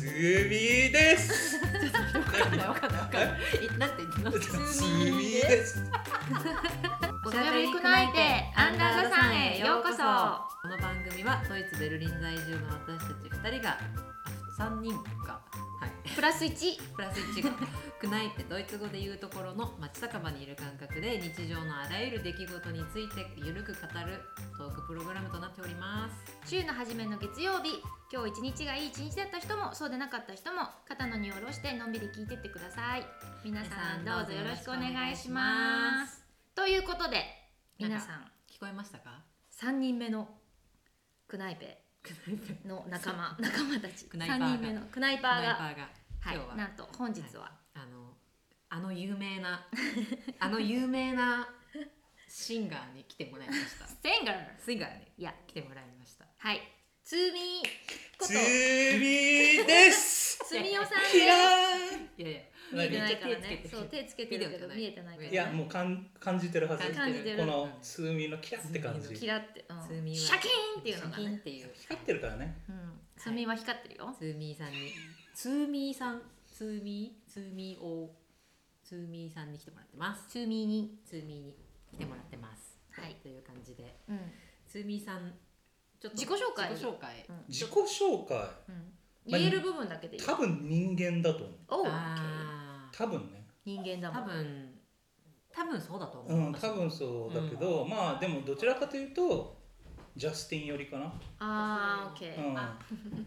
みです。わかんないわかんないわかんないえだって普す通にみです。おしゃべりくないでアンダーザさんへようこそこの番組はドイツベルリン在住の私たち2人があ3人かはいプラス一。プラス1が「クナイ」ってドイツ語で言うところの街酒場にいる感覚で日常のあらゆる出来事についてゆるく語るトークプログラムとなっております週の初めの月曜日今日一日がいい一日だった人もそうでなかった人も肩の荷を下ろしてのんびり聞いてってください皆さんどうぞよろしくお願いしますということで皆さん聞こえましたか三人目のクナイペクナイペの仲間仲間たちクナイパー三が人目のクナイパーーががはナイパーい今日はなんと本日は、あのあの有名な あの有名なシンガーに来てもらいましたセンガーシンガーにいや来てもらいましたはいつみこすとみです。つみおさんですキラいやいやー見えてン。ないからね手つけてるそう手つけてるけど見見ええててなないいから、ね、いやもうかん感じてるはず。感じてるこのすみのキラって感すみのじ。キ光ラって、うんツーミーはシャキーンっていうのが、シャキンっね、ていうってるからね。うん、つみは光ってるよ、ツーミーさんにツーミーさんツーミーツーミーをツーミーさんに来てもらってますつみに、ツーミーに来てもらってますはいという感じでうん、ツーミーさんちょっと自己紹介自己紹介うん自己紹介。うん、まあ言える部分だけでいい多分人間だと思う。おう、あー多分ね。人間だ多もん分多分そうだとう、思うん多分そうだけど、まあでもどちらかというとジャスティン寄りかな。あーオッケー、うんあ。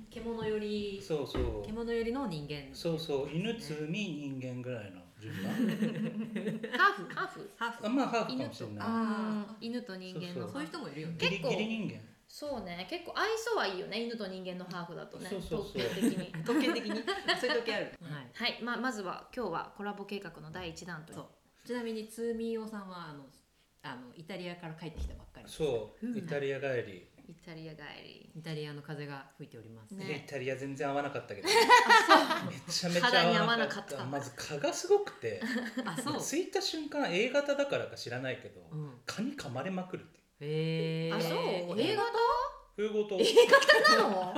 獣よりそうそう。獣よりの人間そうそう犬積み人間ぐらいの順番ハーフハーフハーフあまあハーフかもしれなあーうん犬と人間のあそういう人もいるよねいギリ結構ギリ人間そうね結構愛想はいいよね犬と人間のハーフだとねそうそうそう統計的に統計的に そういう時ある、はい、はい、まあ、まずは今日はコラボ計画の第一弾というそうちなみにツーミーオさんはあのあのイタリアから帰ってきたばっかりそう、うんイタリア帰り、イタリア帰りイタリアの風が吹いております、ねでイタリア全然合わなかったけどめちゃめち肌にゃ合合わわななかかっったたまず蚊がすごくてあそう、着いた瞬間 A 型だからか知らないけど、うん、蚊に噛まれまくるってへえあ、そう、A 映画型冬ごとえ A 型なの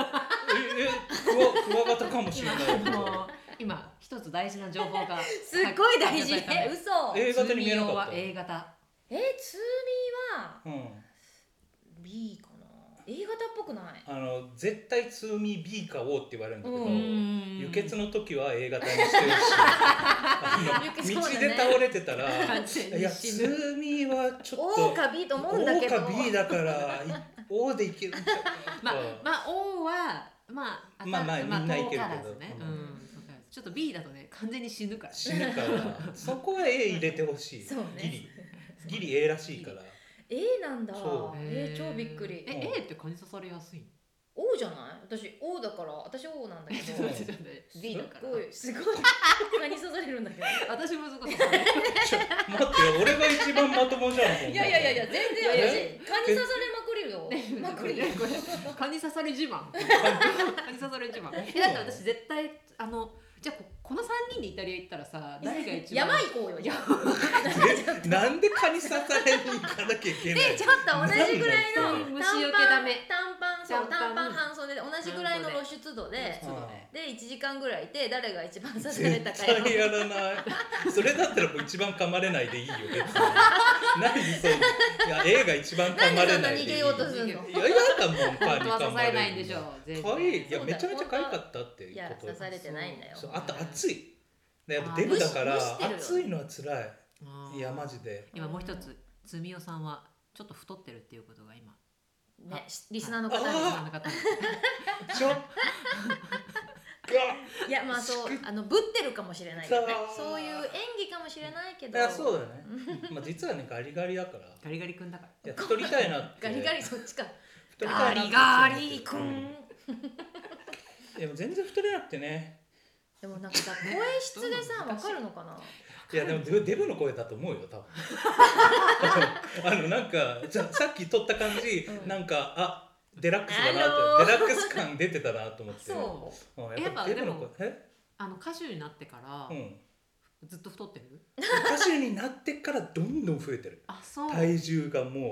えクワクワ型かもしれ今 ないあの今一つ大事な情報がすっごい大事発表されえ、た嘘 A 型に見えなツーミーオかっはた A 型えー、ツーミーはうん、 B かな A 型っぽくないあの絶対ツーミー B か O って言われるんだけど、う輸血の時は A 型にして るしあ輸の血そう道だねで倒れてたら完全にいや死スぬーミーはちょっと O か B と思うんだけど O か B だからい O でいけるんちゃうまあ、まあ、O は、まあ、まあまあ当たみんな行ける遠からけどずね、ううんん、ちょっと B だとね、完全に死ぬから。死ぬからそこは A 入れてほしいそうねギリギリ A らしいから A なんだそうえー超びっくえりえ、 A って蚊に刺されやすい。 O じゃない私 O だから私 O なんだ けちょっどとそう待って、ちょっと待って、B だかすごいら。すごい蚊に刺されるんだけど私もそこそこ。ちょ待ってよ俺が一番まともじゃんもういやいやいやいや全然いや私蚊に刺されまくるよ まくるよこれ蚊に刺され自慢。蚊に刺され自慢。え、だって私絶対、あの、じゃあこ、この三人でイタリア行ったらさ、誰が一番。山行こうよじゃあえなんで蚊に刺されに行かなきゃいけないでちょっと同じぐらいの虫短除パけダンメ短パンそう短短パンパン半袖で同じぐらいの露出度でそうだね。で1時間ぐらいいて誰が一番刺され絶たかよ対やらないそれだったらもう一番噛まれないでいいよ別に何そういや A が一番噛まれないでいいなんでそんな逃げようとするのいや嫌だもんパ本ーに当は噛刺まされれるないんでしょう。全然可愛いいやそうだめちゃめちゃ可愛かったっていういやこと刺されてないんだよそうあと暑いでやっぱデブだかあらー蒸し蒸し暑てるよいのは辛あーいいやマジで今もう一つ、つみおさんは、ちょっと太ってるっていうことが今。ね、リスナーの方あにああの方にち ょっいやまあそうあのぶってるかもしれないよねさあそういう演技かもしれないけどいやそうだねまあ実はねガリガリだからいガリガリ君だから。や太りたいなってガリガリそっちか太りたガいなってリガリう君。んでも全然太れなくてねでもなんかさ声質でさわかるのかないやでもデブの声だと思うよ 多分あのなんかじゃさっき撮った感じ、うんなんかあデラックスだなって、あのーデラックス感出てたなと思 ってそうん、やっぱデブの声え、あの歌手になってからう、ん、ずっと太ってる。歌手になってからどんどん増えてるあ、そう。体重がもうブワ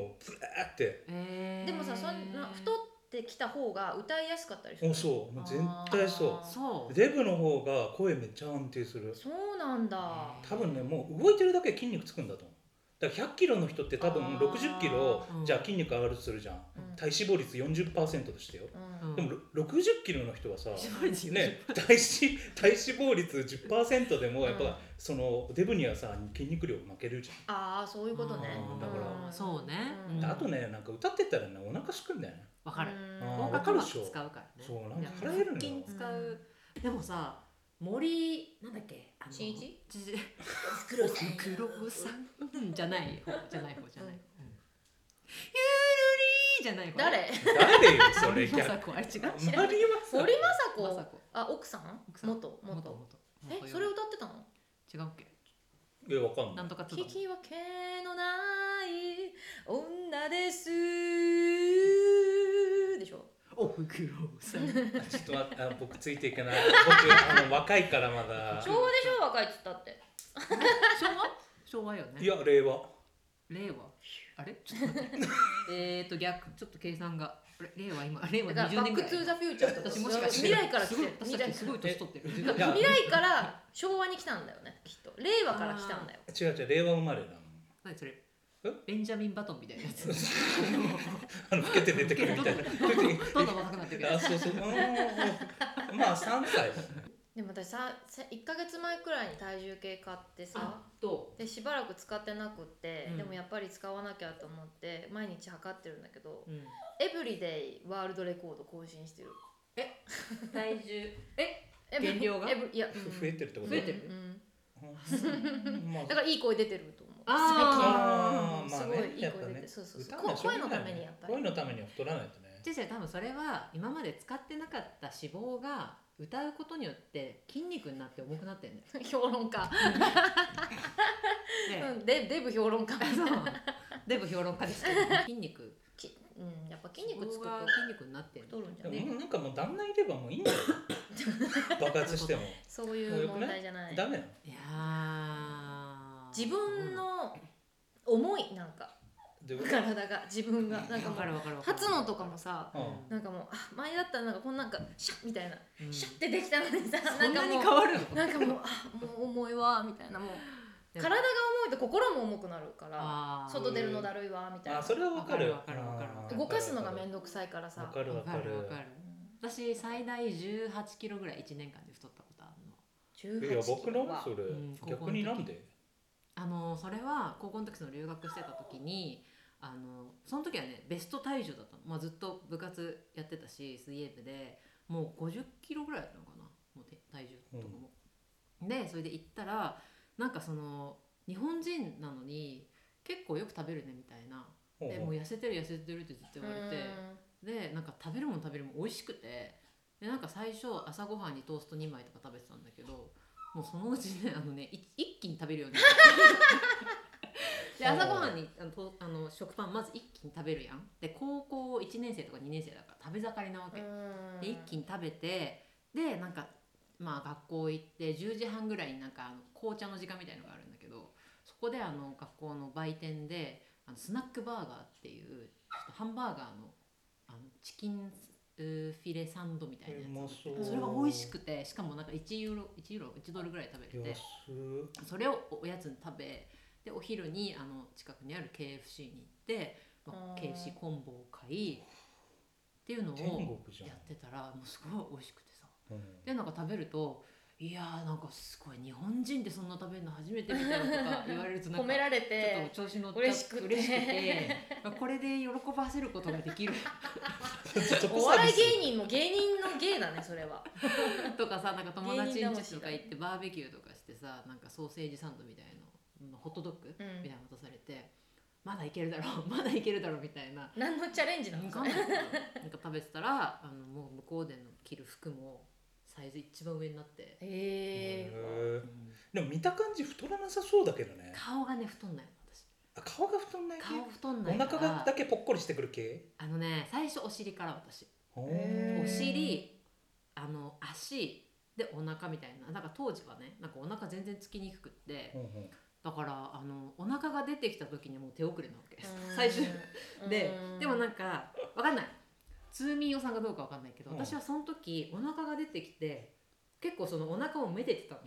ーってえうーでもさそんな太ってきた方が歌いやすかったりするおそうもう絶対そあーそううデブの方が声めっちゃ安定するそうなんだ多分ねもう動いてるだけで筋肉つくんだと思うだから100キロの人って多分あー60キロうんじゃあ筋肉上がるとするじゃんうん体脂肪率40%としてよううんんでもろ60キロの人はさ絞りですよね、体脂体脂肪率10%でもやっぱ、うんそのデブにはさ筋肉量負けるじああそういうことねうんだからんそうねゃん、うんであとねなんか歌ってたらねお腹すくんだよねわかるあー横わか隔る膜でしょ使うからねそうなだんかから腹減るの腹よ筋使うでもさ森なんだっけあのしんいちちじ黒さん黒さんうんじゃない方じゃない方じゃない方うんゆるりーじゃない方 誰誰よそれ森逆まあさこあれ違うんまり森はままささここあ奥さん奥さん元元元元えそれ歌ってたの違うっけいやわかんなないんとかつば聞めき分けのない女ですでしょおふくろさん ちょっと待ってあ僕ついていけない僕あの若いからまだ昭和でしょ若いっつったって昭和昭和よねいや令和令和あれちょっと待って えっと逆ちょっと計算があれ令和今令和だか20らバッ年ぐクらいトゥーザフューチャーとか私もしかして未来から来すてごいる未私た来ちすごい年取ってるいや未来から昭和に来たんだよねきっと令和から来たんだよ違う違う令和生まれなの何それえベンジャミン・バトンみたいなや つあの老けて出てくるみたいなどんどん若くなってくるあそうそううーんまあ3歳でも私ささ1ヶ月前くらいに体重計買ってさあ とでしばらく使ってなくって、うんでもやっぱり使わなきゃと思って毎日測ってるんだけど、うんエブリデイワールドレコード更新してる体重えエブリ減量がエブリいや、うん増えてるってこと増えてるうんうんまあだからいい声出てると思うあー最まあ近、ねすごいいいやっ声ぱ出て、ねそうそうそ歌ううのはしょう声がのないためにやっぱり声のためには太らないとねじゃあ多分それは今まで使ってなかった脂肪が歌うことによって筋肉になって重くなってんだよ評論家、でうん、でデブ評 論家そうデブ評論家ですけど筋肉きうんやっぱ筋肉つくと脂肪が筋肉になってんの太るんじでゃないももうなんかもう旦那いればもういいん だよ爆発してもそういう問題じゃないダメなのいやー自分の思いなんかどういうこと体が自分がなんかわもかうるわかるわかる初のとかもさうんなんかもうあ前だったらなんかこんなんかシャッみたいな、うんシャッてできたのにさそんなにも変わるのうなんかもうあもう重いわみたいなもうでも体が重いと心も重くなるからあー外出るのだるいわみたいなあそれはわかるわかるわかるわかうるん動かすのがわ面倒くさいからさかるわわかかるるわかるうん私最大1 8キロぐらい1年間で太ったことあるの18いや僕キなロんはそれうん逆になんであのそれは高校の時その留学してた時にあのその時はねベスト体重だったの、まあ、ずっと部活やってたし水泳部でもう5 0キロぐらいだったのかなもうて体重とかも。でそれで行ったらなんかその日本人なのに結構よく食べるねみたいなうんでもう痩せてる痩せてるってずっと言われて。でなんか食べるもの食べるもの美味しくてでなんか最初朝ごはんにトースト2枚とか食べてたんだけどもうそのうちねあのねい一気に食べるようになってで朝ごはんにあのとあの食パンまず一気に食べるやんで高校1年生とか2年生だから食べ盛りなわけ、うんで一気に食べてでなんかまあ学校行って10時半ぐらいになんかあの紅茶の時間みたいのがあるんだけどそこであの学校の売店であのスナックバーガーっていうちょっとハンバーガーのあのチキンうーフィレサンドみたいなやつうまそうそれが美味しくてしかもなんか1ユーロ1ユーロ1ドルぐらい食べれて安それをおおやつに食べでお昼にあの近くにある KFC に行って、まああ、ー KFC コンボを買いっていうのを天国じゃんやってたらもうすごい美味しくてさうん でなんか食べるといやーなんかすごい日本人ってそんな食べるの初めてみたいなとか言われるとなん褒かめられちょってと調子乗っちゃ嬉しくて嬉しくてこれで喜ばせることができるちょっとおサー笑ビいス芸人も芸人の芸だねそれはと かさなんか友達芸人ん魂ちとか行ってバーベキューとかしてさなんかソーセージサンドみたいのホットドッグみうんたいなの渡されて、まだいけるだろう まだいけるだろうみたいな何のチャレンジななんのかそれ食べてたらあのもう向こうでの着る服もサイズ一番上になって、へへえーでも見た感じ太らなさそうだけどね顔がね太んないの私あ顔が太んない系顔太んおない腹からがだけぽっこりしてくる系あのね最初お尻から私おへーお尻あの足でお腹みたいななんか当時はねなんかお腹全然つきにくくってだからあのお腹が出てきた時にもう手遅れなわけ最初ででもなんかわかんないツーミーヨさんがどうかわかんないけど、うん私はその時お腹が出てきて結構そのお腹をめでてたの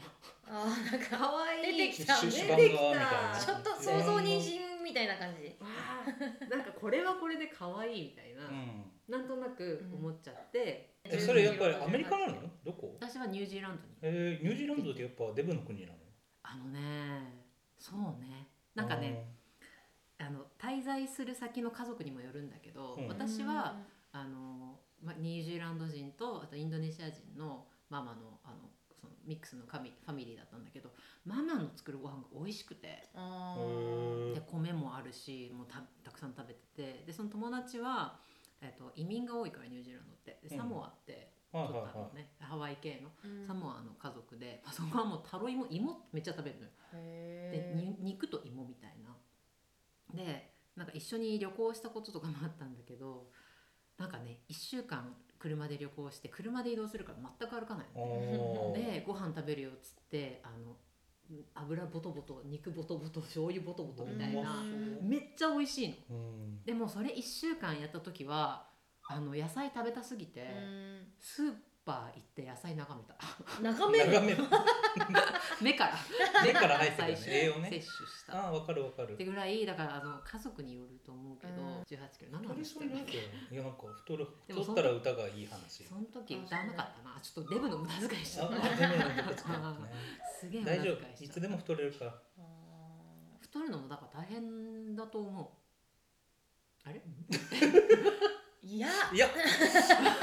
あーなんかわ出てきたシュッシ出ュバンてき側みたいなたちょっと想像妊娠みたいな感じわあなんかこれはこれで可愛いみたいな、うんなんとなく思っちゃって、うんえそれやっぱりアメリカなのどこ私はニュージーランドにえー、ニュージーランドってやっぱデブの国なのあのねそうねなんかねあの滞在する先の家族にもよるんだけど、うん私はあの、ま、ニュージーランド人とあとインドネシア人のママのあのそのミックスのファミファミリーだったんだけどママの作るご飯が美味しくてうんあうーんへで米もあるしもうたたくさん食べててでその友達は、えっと移民が多いからニュージーランドってでサモアってーは取いっはいたのはね、ハワイ系のうんサモアの家族で、まあ、そこはもうタロイモ芋めっちゃ食べるのよでへーに肉と芋みたいなでなんか一緒に旅行したこととかもあったんだけどなんかね1週間車で旅行して車で移動するから全く歩かない いのねおーでご飯食べるよっつってあの油ボトボト肉ボトボト醤油ボトボトみたいうんなめっちゃ美味しいのうんでもそれ1週間やった時はあの野菜食べたすぎて、うんスーパー行って野菜眺めた 眺める眺める目から 目から入ってくるね最栄養摂取ねしたああわかるわかるってぐらいだからあの家族によると思うけど、うん1 8キロ何の太り話しそてうんだになっんかけいやなんか太るでも太ったら歌がいい話その時歌わなかったなちょっとデブの無駄遣いしちあゃったあでもなんか使うねす げえ無駄大遣丈い夫いしつちゃでったも太れるからあー太るのもだから大変だと思うあれいやいや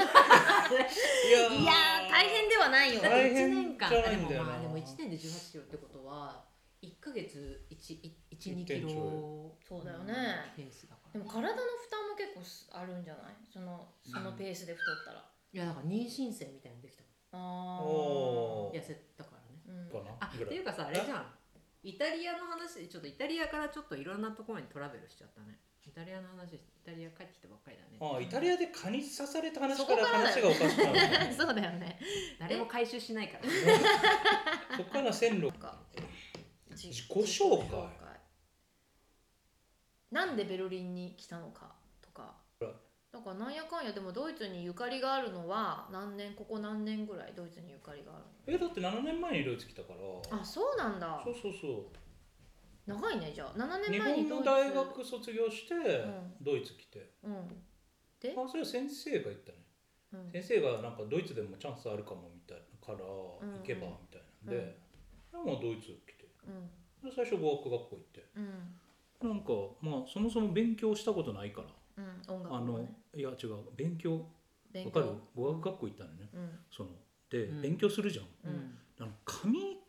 いやいやー大変ではないよだって大1変年間じゃないでんもだよなまあでも1年で1 8キロってことは1ヶ月12キ1.2ロそうだよねペースだからでも体の負担も結構すあるんじゃないそのそのペースで太ったら、いやだから妊娠生みたいなのできたああおー痩せたからねうんかなあぐっらていいうかさあれじゃんイタリアの話ちょっとイタリアからちょっといろんなところにトラベルしちゃったねイタリアの話イタリア帰ってきたばっかりだねああイタリアで蚊に刺された話そかこからら話がおかしくなる そうだよね誰も回収しないからそこから線路なんか自自己紹介なんでベルリンに来たのかとかはいだからなんやかんやでもドイツにゆかりがあるのは何年ここ何年ぐらいドイツにゆかりがあるえだって7年前にドイツ来たからのあそうなんだそうそうそ長いねじゃあ7う年日前本にドのイツ大学卒業してんドイツ来てうん、えあそれは先生が言ったねうん、先生がなんかドイツでもチャンスあるかもみたいなから行んうんけばみたいなんで、もうドイツ来てうんで最初語学学校行ってうんなんかまあそもそも勉強したことないからうん音楽あものねいや違う勉強勉わ強かる語学学校行ったのねうんそので、うん勉強するじゃんううんんあの紙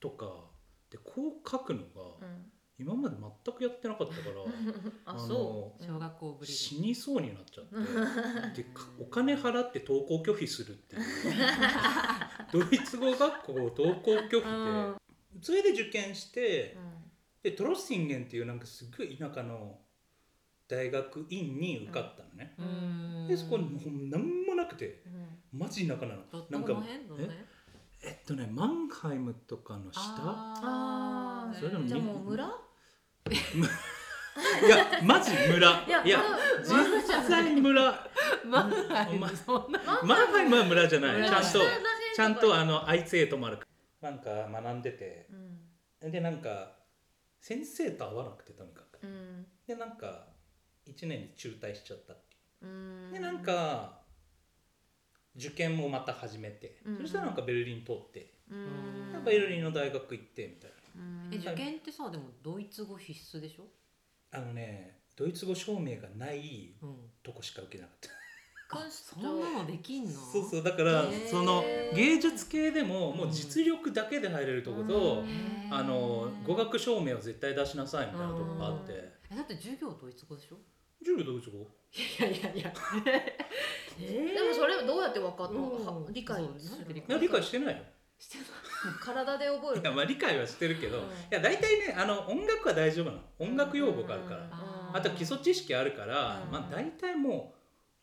とかでこう書くのうがん今まで全くやってなかった からああそのう小学校ぶり死にそうになっちゃってでかお金払って登校拒否す るっていうドイツ語学校を登校拒否でそれで受験してうんでトロッシンゲンっていうなんかすっごい田舎の大学院に受かったのね、うーんでそこにもう何もなくてうんマジ田舎なのどどなんのか辺どの辺えっとねマンハイムとかの下ああーそれでもじゃあみもう村いやマジ村いやいやうん実際に村 マンハイお前ムそんなマンハイムは村じゃない村ちゃんと下ちゃんとああのあいつへ泊まるなんか学んでてうんでなんか先生と会わなくてとにかくうんでなんか1年に中退しちゃったっていううんでなんか受験もまた始めて、うんそしたらなんかベルリン通って、うんやっぱベルリンの大学行ってみたいうんえ受験ってさでもドイツ語必須でしょなあのねドイツ語証明がないうんとこしか受けなかったあクンスそトんなのできんの そうそうだからへーその芸術系でももう実力だけで入れるとこと、へーあの語学証明を絶対出しなさいみたいなとこがあってうんえだって授業ドイツ語でしょ授業ドイツ語いやいやいやえーでもそれをどうやって分かったのうんは理解そうすなんるで理いや理解してないよして体で覚えるいやまあ理解はしてるけど、うんいや大体ねあの音楽は大丈夫なの音楽用語があるから、うんあーあとは基礎知識あるから、うんまあ大体も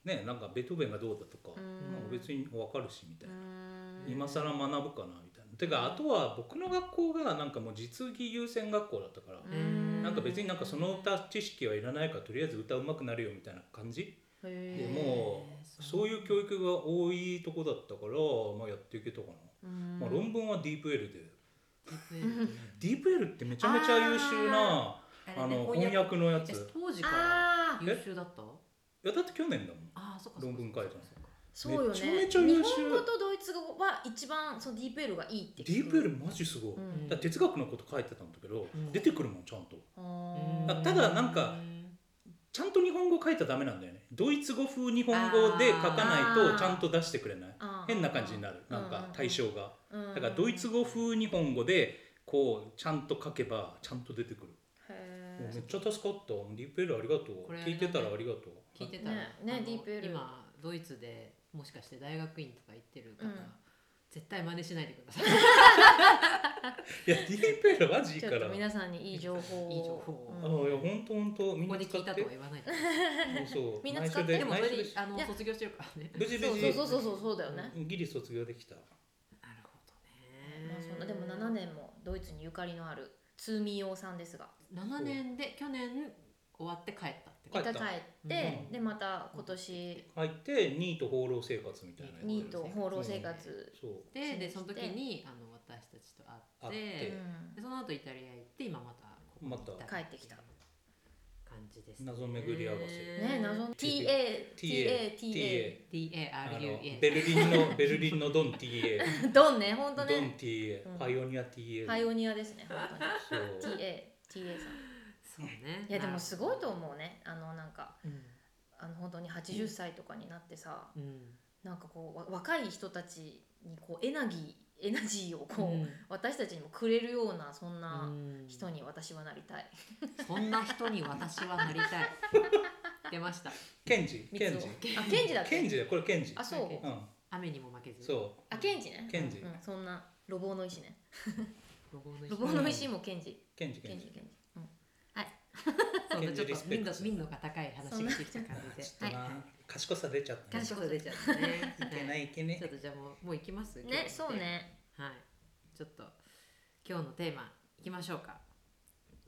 うねなんかベートーベンがどうだとか、うんまあ別に分かるしみたいうな、ん今更学ぶかなみたいなてかあとは僕の学校がなんかもう実技優先学校だったから、うんなんか別になんかその歌知識はいらないからとりあえず歌うまくなるよみたいな感じでへーもうそういう教育が多いとこだったから、まあ、やっていけたかな、うんまあ、論文はディープ L でうんディープ L ってめちゃめちゃ優秀なああれねの翻訳のやついえ当時からあー優秀だったやだって去年だもんああそっか論文書いたのそうよねめちゃめちゃ優秀日本語とドイツ語は一番そのディープエルがいいってデ聞ィくープ L マジすごい、うんだから哲学のこと書いてたんだけど、うん出てくるもんちゃんとああただなんかちゃんと日本語書いたらダメなんだよねドイツ語風日本語で書かないあーとちゃんと出してくれないー変な感じになるうんなんか対象がうんだからドイツ語風日本語でこうちゃんと書けばちゃんと出てくるもうへめっちゃ助かったディープ L ありがとうこれ聞いてたらありがとう聞いてたら、ねねあのディープエル今ドイツでもしかして大学院とか行ってる方、うん絶対真似しないでください いやディープ L マジいえいちかょっらとあいや皆さんにいい情報をいい情報を、うんこ本当本当みんこなで使聞っいたてとは言わないでそうそう みんな内使っ緒てででもそ内緒れでであのいや卒業してるからね無事無そう事そうそうそうそうだよね、うんギリ卒業できたなるほどまあ、そんなねでも7年もドイツにゆかりのある通民王さんですが7年で去年終わって帰ったって帰ことった一回帰って、うんでまた今年入ってニート放浪生活みたいなのやってるニート放浪生活、そうででしてその時にあの私たちと会って会ってうんでその後イタリア行って今またここにいまた帰ってきた感じです謎巡り合わせね謎の TA TATA あの TARUA ベルリンのベ ルリンのドン TA ドンね本ド当ンね TA うんパイオニア TA パイオニアですね本そう当に TATA さんそうねいやでもすごいとう、思うねあのなんかうんあの本当に80歳とかになってさ、うんなんかこうわ若い人たちにこうエナギーエナジーをこう、私たちにもくれるようなそんなうん人に私はなりたい、そんな人に私はなりたい 出ましたケンジケンジ三尾あケンジだっけケンジだよこれケンジあそうケンジうん雨にも負けずそあケンジねケンジうんうんそんなロボの石ねロゴのロ石ボの石もケンジ、うケンジケケンンジジケンジ、うんそうケンジちょっリとスペ民ク度ト民度が高い話がしてきた感じでちょっとな賢さ出ちゃったね賢賢く出ちゃったねいけないいいけねちょっとじゃあもうもう行きます今日ねのそうねはいちょっと今日のテーマ行きましょうか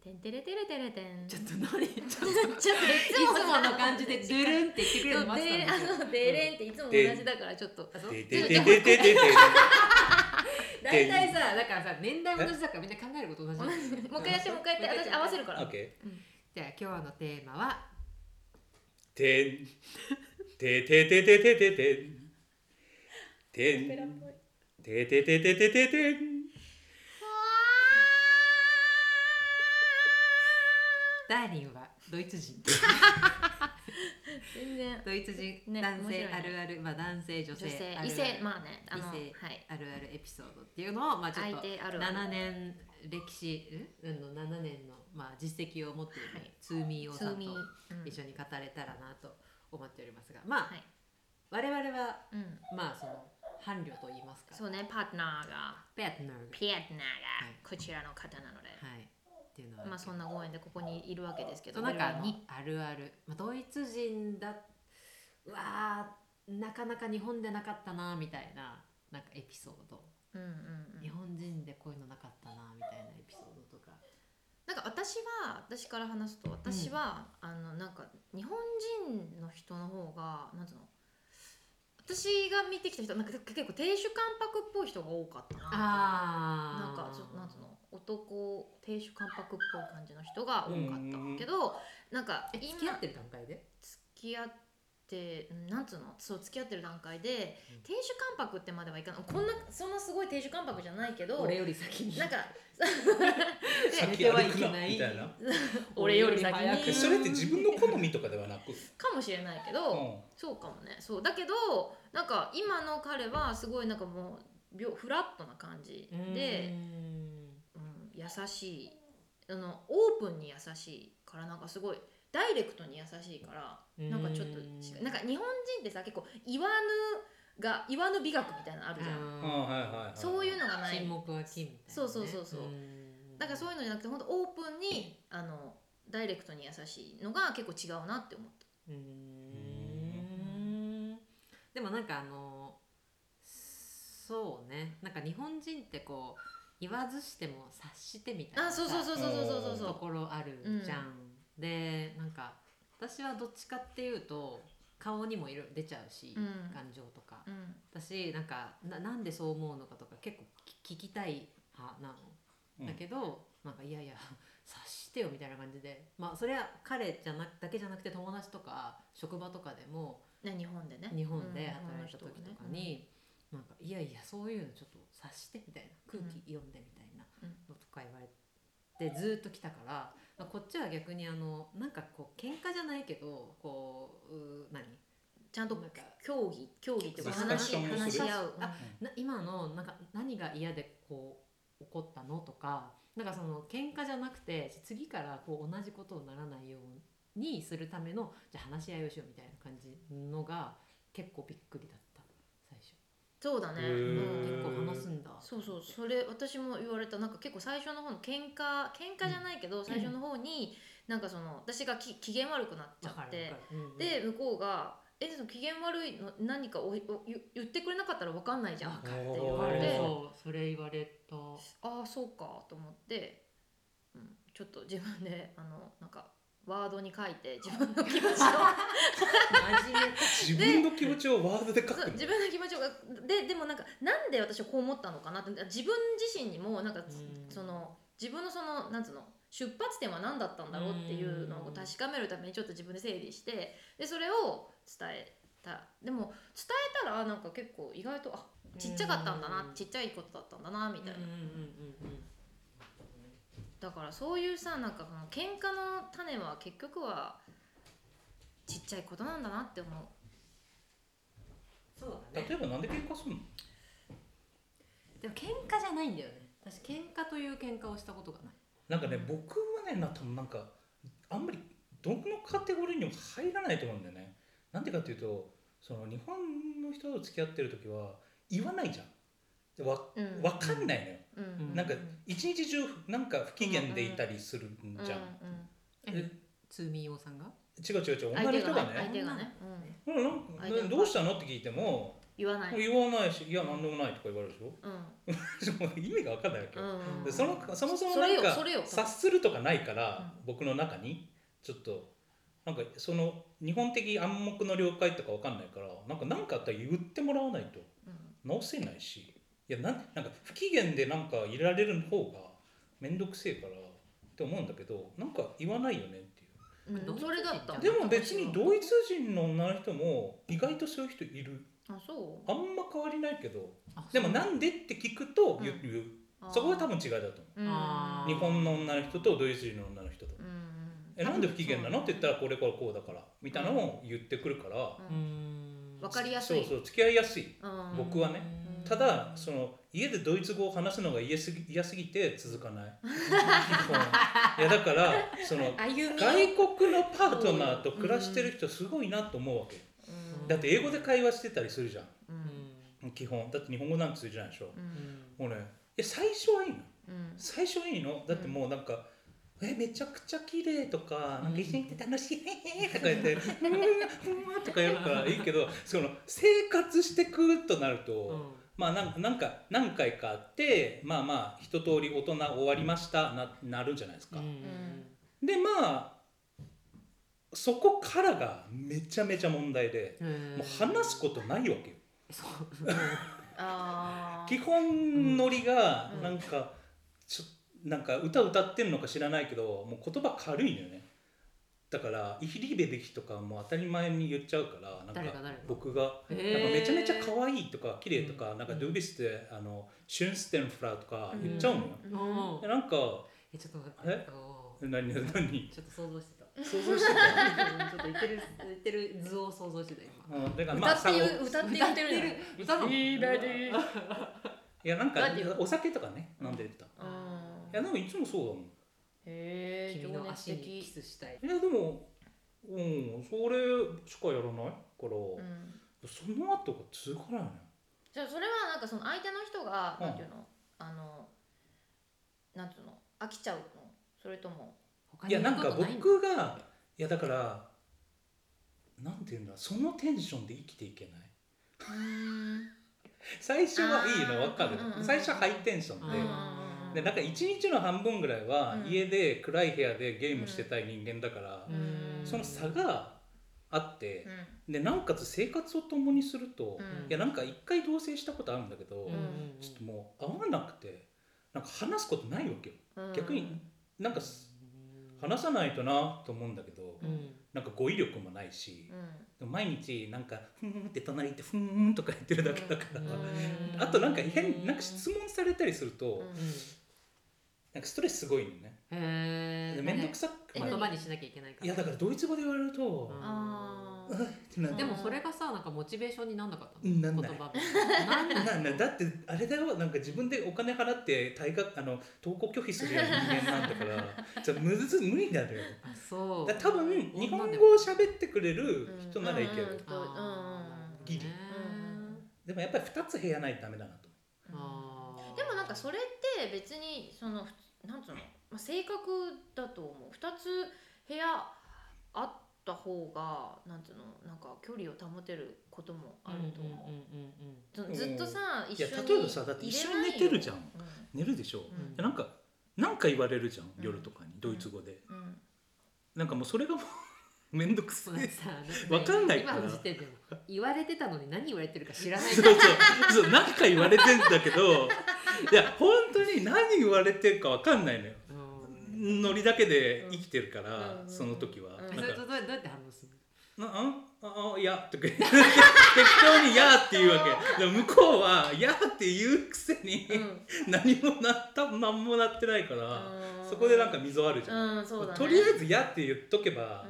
てんてれてれてれてんちょっとと 何ちょっといちょっといつもの感じでドずゥルンって言ってくれるので待ってたんですよあのデレンっていつも同じだからちょっとあそうででででででで大体さだからさ年代も同じだからみんな考えること同じなんですよもう一回やってもう一回やって私合わせるかオらッケじゃあ今日のテーマはーてんてててててててんてんペラっぽいてててててててんダーリンはドイツ人 全然ドイツ人ね男面白性いねあるある、まあ男性女性女性あるある異性まあねあの異性はいあるあるエピソードっていうのをまあちょっ相と手あるあ7る年歴史んあの7年のまあ実績を持っているツーミーをさんと通民一緒に語れたらなと思っておりますがまあ、はい我々はうんうんまあその伴侶と言いますかそうねパートナーがペアトナーがピエトナーがはいこちらの方なので、はいっていうのはまあそんなご縁でここにいるわけですけそどうなんか我々もあるある、まあ、ドイツ人だうわーなかなか日本でなかったなみたいななんかエピソード、うんうんうん日本人でこういうのなかったなみたいなエピソードとかなんか私は私から話すと私は、あのなんか日本人の人の方がなんつうの私が見てきた人なんか結構亭主関白っぽい人が多かったなあなんかちょっとなんつうの男亭主関白っぽい感じの人が多かったけど、なんかえ付き合ってる段階で付き合ってうんなんつうのそう付き合ってる段階でうん亭主関白ってまではいかないこんなそんなすごい亭主関白じゃないけど俺より先になんか先歩くなみたいな俺より先に 俺より早くそれって自分の好みとかではなくかもしれないけど、うそうかもねそうだけどなんか今の彼はすごいなんかもうびょフラットな感じで、うん優しいあのオープンに優しいからなんかすごいダイレクトに優しいからうんなんかちょっと違うなんか日本人ってさ結構言わぬが言わぬ美学みたいなのあるじゃん、んうんはいはいはいそういうのがない沈黙は金みたいなね、そうそうそうそうんだからそういうのじゃなくて本当オープンにあのダイレクトに優しいのが結構違うなって思っうーんでもなんかあのそうねなんか日本人ってこう言わずしても察してみたいたなあそうそうそうそうそうそうそうとそころあるじゃん、でなんか私はどっちかっていうと顔にも色々出ちゃうし、うん感情とかうん私なんかななんでそう思うのかとか結構聞聞きたい派なの、うんだけどなんかいやいや 察してよみたいな感じでまあそれは彼じゃなだけじゃなくて友達とか職場とかでもね日本でね日本でうん働いた時とかに、なんかいやいやそういうのちょっと察してみたいな空気読んでみたいなうんのとか言われてずーっと来たから、まあ、こっちは逆にあのなんかこう喧嘩じゃないけどこううー何ちゃんとなんか競技競技っていうかディスカッ話ションをする話し合うあな今のなんか何が嫌でこう怒ったのとかなんかその喧嘩じゃなくて次からこう同じことにならないようにするためのじゃあ話し合いをしようみたいな感じのが結構びっくりだった最初、そうだね、へうー結ん、構話すんだそうそうそれ私も言われたなんか結構最初の方の喧嘩喧嘩じゃないけど、最初の方になんかその私がき機嫌悪くなっちゃわかるわかっるうて、んうんで向こうが「えその機嫌悪いの何かおお言言ってくれなかったら分かんないじゃん」わっかてるおー言言わわれれててそそれ言われ たああそうかと思って、うん、ちょっと自分であのなんかワードに書いて自分の気持ちを真面目自分の気持ちをワードで書くそうの自分の気持ちをででもなんかなんで私はこう思ったのかなって自分自身にもなんかつうんその自分のそのなんつうの出発点は何だったんだろうっていうのを確かめるためにちょっと自分で整理してでそれを伝えたでも伝えたらなんか結構意外とあちっちゃかったんだなうんちっちゃいことだったんだなみたいなうんうんうんうんだからそういうさなんかその喧嘩の種は結局はちっちゃいことなんだなって思うそうだね例えばなんで喧嘩するのでも喧嘩じゃないんだよね私喧嘩という喧嘩をしたことがないなんかね僕はねな多分なんかあんまりどのカテゴリーにも入らないと思うんだよねなんでかっていうとその日本の人と付き合ってる時は言わないじゃんでわうんわかんないのよ、ううんんなんかうん一日中なんか不機嫌でいたりするんじゃん、ええ通民王さんが違う違う違ううん女の相手が人がね相ね手がね、女のうん「うんなんか相手がどうしたの?」って聞いても言わない、言わないし「いや何でもない」とか言われるでしょ うん意味が分かんないわけよ、うんでそのそもそもそなれんよかそれよ察するとかないから、僕の中にちょっとなんかその日本的暗黙の了解とかわかんないからなんか何かあったら言ってもらわないとうん直せないしいやなんなんか不機嫌でなんかいられる方が面倒くせえからって思うんだけどなんか言わないよねっていううん同一人それだったじゃんでも別にドイツ人の女の人も意外とそういう人いるあそうあんま変わりないけどあでもなんでって聞くと言ううん言う、あーそこが多分違いだと思う。うんあー日本の女の人とドイツ人の女の人とうんうんえなんで不機嫌なのって言ったら、らこれこれこうだからみたいなのを言ってくるからううんんわかりやすいそうそう付き合いやすいうん僕はねうんただ その家でドイツ語を話すのが嫌すぎ嫌すぎて続かないいやだからその歩み外国のパートナーと暮らしてる人すごいなと思うわけうんだって英語で会話してたりするじゃううんんん基本だって日本語なんて通じないでしょううんんもうねいや最初はいいのうん最初いいのだってもうなんか「えめちゃくちゃ綺麗とか「なんか一緒にいて楽しい」とか言って「うんうん」とかやるからいいけどその生活してくとなると、まあなんなんか何回かあってまあまあ一通り大人終わりましたななるじゃないですうか。んでまあそこからがめちゃめちゃ問題で、うんもう話すことないわけよ。そうあ基本ノリがうんなんかちょなんか歌歌ってんのか知らないけどもう言葉軽いのよねだからイヒリベデキとかもう当たり前に言っちゃうからなん誰がか誰が僕がなんかなんかめちゃめちゃ可愛いとか綺麗とか、うんなんかうんドゥービスってあのシュンステンフラーとか言っちゃうのよ、ーうんでなんかえちょっと待ってえおー何何何ちょっ と想像してたち想像してたょっと言ってる言ってる図を想像してた今うんだからまあ歌ってさ言う歌って言ってるじゃん歌のいいなりいやなんかだってよお酒とかね飲んでた、いうんやでもいつもそうだもんへえ君の足にキスしたいいやでもうんそれしかやらないから、うんその後が続かないのよじゃあそれはなんかその相手の人がうんなんていうの、あのなんていうの飽きちゃうのそれとも他いやなん言かうこといの僕がいやだからなんていうんだそのテンションで生きていけない最初はいいのあー分かる、うんうんうん最初ハイテンションで、うんでなんか一日の半分ぐらいはうん家で暗い部屋でゲームしてたい人間だから、うんその差があって、でなおかつ生活を共にすると、ういんやなんか一回同棲したことあるんだけど、うんちょっともう合わなくてなんか話すことないわけようん逆になんかす話さないとなと思うんだけど、うんなんか語彙力もないしう、んでも毎日なんか「ふーん」って隣行って「ふーん」とか言ってるだけだから、うんあとなんか変なんか質問されたりすると、うんなんかストレスすごいのねへでえ面倒くさく、えまあ言葉にしなきゃいけないからいやだからドイツ語で言われるとうんあ「うん」ってなでるもそれがさなんかモチベーションになんなかったうんのなんない言葉もなんないななだってあれだよなんか自分でお金払って退学あの登校拒否するような人間なんだから じゃあむず無理なのよあそうだから多分女でも日本語を喋ってくれる人ならいける、うんうんうんあーギリね でもやっぱり2つ部屋ないとダメだなとあーでもなんかそれって別にそのふつなんつうの、まあ、性格だと思う二つ部屋あった方がなんつうのなんか距離を保てることもあると思う,その、うんずっとさ一緒にいや例えばさだって一緒に寝てるじゃん入れないよ寝るでしょ、うんでなんかなんか言われるじゃんうん夜とかにドイツ語で、うんうんなんかもうそれがもう めんどくそうさだっいてさわかんないから今の時点でも言われてたのに何言われてるか知らないそかうそうそうなんか言われてんだけどいや本当に何言われてるかわかんないのよら、うんノリだけで生きてるから、うんその時は、うなんんそかれとどうどうやって反応するなあんああいやとか言って適当に「や」って言うわけでも向こうは「や」って言うくせにうん何もなった何もなってないから、うんそこでなんか溝あるじゃん、うんそうだねとりあえず「や」って言っとけうば、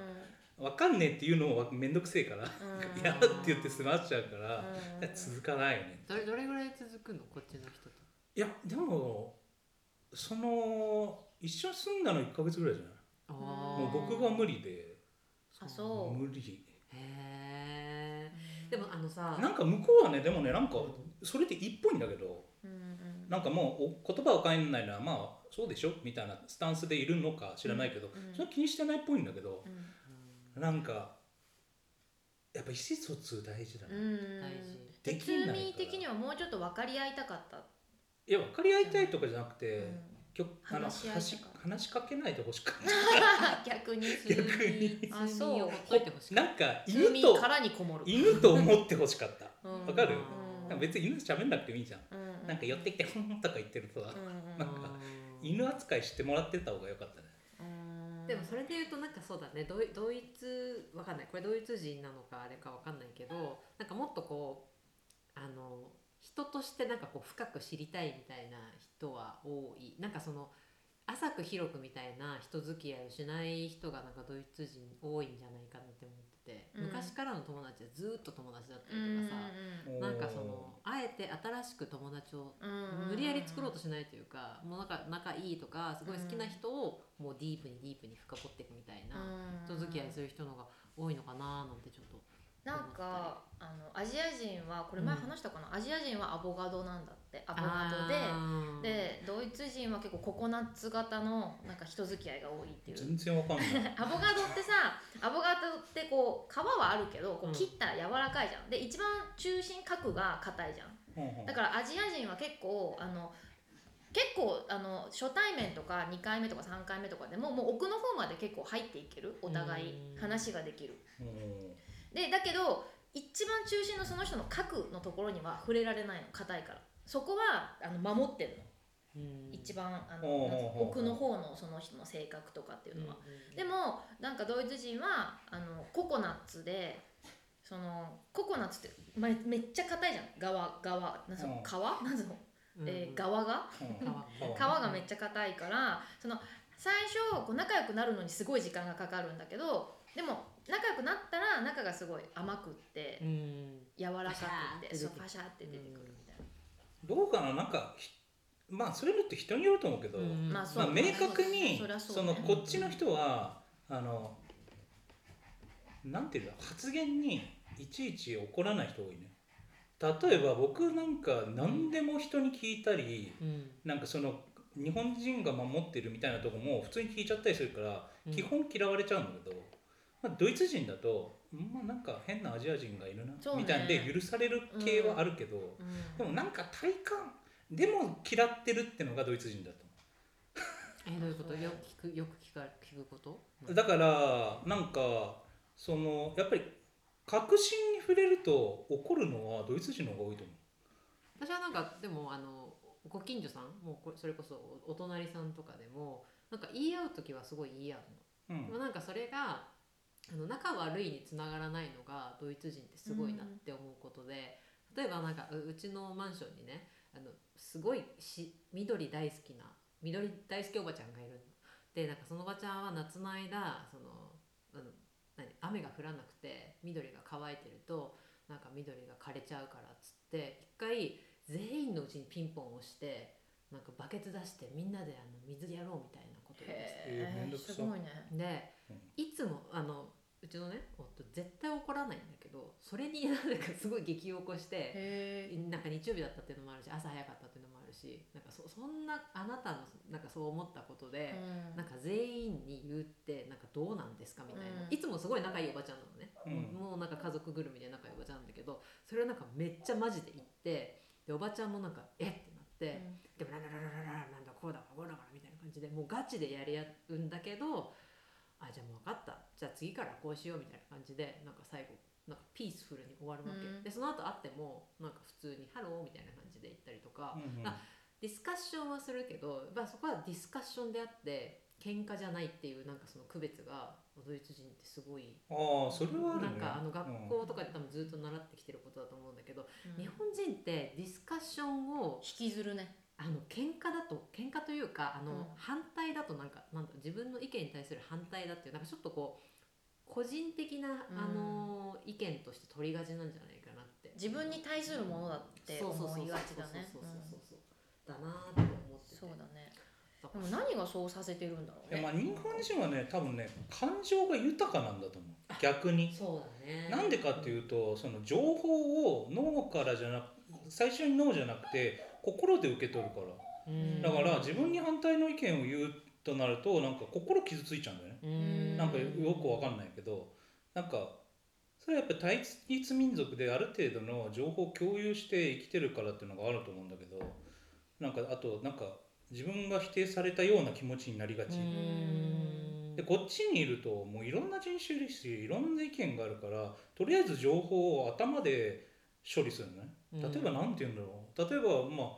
んわかんねえっていうのもわめんどくせえから「うんや」って言って済まっちゃうから、うんだ から続かないよねどれどれぐらい続くのこっちの人といやでもその一緒に住んだの1か月ぐらいじゃないあーもう僕が無理であそう無理へえでもあのさなんか向こうはねでもねなんかそれでいいっぽいんだけどうんうんなんかもうお言葉を変えないのはまあそうでしょみたいなスタンスでいるのか知らないけど、うんうんそれは気にしてないっぽいんだけどう、んなんかやっぱ意思疎通大事だな、ういん大事できないか通ら民的にはもうちょっと分かり合いたかったや分かり合いたいとかじゃなくて、うんきょあの話し合いと話か話しかけないでほしかっあ逆に普通逆に普通あそうをほっといてほしいた なんか通犬民とからにこもる犬と思ってほしかったうんわかるうんなんか別に犬喋んなくてもいいじゃん、うんなんか寄ってきて「ふん」とか言ってるとは、うんうんなんか犬扱いしてもらってた方が良か ったねうんでもそれで言うとなんかそうだねドイドイツわかんないこれドイツ人なのかあれかわかんないけどなんかもっとこうあの人としてなんかこう深く知りたいみたいな人は多いなんかその浅く広くみたいな人付き合いをしない人がなんかドイツ人多いんじゃないかなって思ってて、うん昔からの友達はずっと友達だったうりとんかさ、なんかそのあえて新しく友達をうん無理やり作ろうとしないというか、もうなんか仲いいとかすごい好きな人をもうディープにディープに深掘っていくみたいな人付き合いするる人のが多いのかななんてちょっとなんかあのアジア人はこれ前話したかな、アジア人はアボガドなんだってアボガドであーでドイツ人は結構ココナッツ型のなんか人付き合いが多いっていう全然わかんない アボカドってさアボカドってこう皮はあるけどうこんう切ったら柔らかいじゃん、で一番中心核が硬いじゃんほんほんだからアジア人は結構あの結構あの初対面とか2回目とか3回目とかでももう奥の方まで結構入っていけるお互いうん話ができるうんでだけど一番中心のその人の核のところには触れられないの硬いからそこはあの守ってるの、うん一番あおうおうのなおんつうのうおう奥の方のその人の性格とかっていうのは、うんでもなんかドイツ人はあのココナッツでそのココナッツって、ま、めっちゃ硬いじゃん側側なんその皮なんその、うんえうーん側がうん皮がめっちゃ硬いからその最初こう仲良くなるのにすごい時間がかかるんだけどでも仲良くなったら仲がすごい甘くってうん柔らかくっパてシャーって出てくるそうパシャーって出てくるみたいな、どうかななんかひまあそれによって人によると思うけど、うんままああ、そう明確にそりゃそ,、そうねのこっちの人はあのなんていうんだ発言にいちいち怒らない人多いね例えば僕なんか何でも人に聞いたり、うんなんかその日本人が守ってるみたいなとこも普通に聞いちゃったりするから、うん基本嫌われちゃうんだけど、まあ、ドイツ人だとまあなんか変なアジア人がいるな、そうねみたいんで許される系はあるけど、でうんもなんか体感でも嫌ってるってのがドイツ人だと思えうどういうことよく聞くよく聞か聞くことだからなんかそのやっぱり確信に触れると怒るのはドイツ人の方が多いと思う私はなんかでもあのご近所さんもうこれそれこそおお隣さんとかでもなんか言い合う時はすごい言い合うの。うんでもなんかそれがあの仲悪いにつながらないのがドイツ人ってすごいなって思うことで、例えばなんかううちのマンションにねあのすごいし緑大好きな緑大好きおばちゃんがいるのでなんかそのおばちゃんは夏の間そのあの何雨が降らなくて緑が乾いてるとなんか緑が枯れちゃうからっつって一回全員のうちにピンポン押してなんかバケツ出してみんなであの水やろうみたいなことを言い出してえーめんどくさすごいねで、ういつもあのうちのね夫絶対怒らないんだけどそれにな ぜかすごい激怒してへなんか日曜日だったっていうのもあるし朝早かったっていうのもあるしなんかそそんなあなたのなんかそう思ったことで、なんか全員に言うってなんかどうなんですかみたいな、うんいつもすごい仲いいおばちゃんなのね、うんもうなんか家族ぐるみで仲いいおばちゃんなんだけどそれをなんかめっちゃマジで言ってでおばちゃんもなんかえっってなって。でもララララララなんだこうだわこうだからみたいな感じでもうガチでやり合うんだけどあじゃあもう分かったじゃあ次からこうしようみたいな感じでなんか最後なんかピースフルに終わるわけ、うんでその後会ってもなんか普通に「ハロー」みたいな感じで言ったりとか、うんうんあディスカッションはするけど、まあ、そこはディスカッションであって喧嘩じゃないっていうなんかその区別がドイツ人ってすごい。ああそれはあるなんねかあの学うん校とかで多分ずっと習ってきてることだと思うんだけど、日本人ってディスカッションを引きずるねあの喧嘩だと喧嘩というかあの、うん反対だとなんかなんだ自分の意見に対する反対だっていうなんかちょっとこう個人的な、うんあの意見として取りがちなんじゃないかなって自分に対するものだってそうそう思そういがちだねそううそうんそうそうそうだなーって思っててそうだねだかでらも何がそうさせてるんだろういやねまあ日本人はね多分ね感情が豊かなんだと思う逆にそうだねなんでかっていうとその情報を脳からじゃなく最初に脳じゃなくて心で受け取るからうんだから自分に反対の意見を言うとなるとなんか心傷ついちゃうんだよねうんなんかよくわかんないけどなんかそれはやっぱり対立民族である程度の情報を共有して生きてるからっていうのがあると思うんだけどなんかあとなんか自分が否定されたような気持ちになりがち、うんでこっちにいるともういろんな人種ですしいろんな意見があるからとりあえず情報を頭で処理するのねうん例えば何て言うんだろう例えばま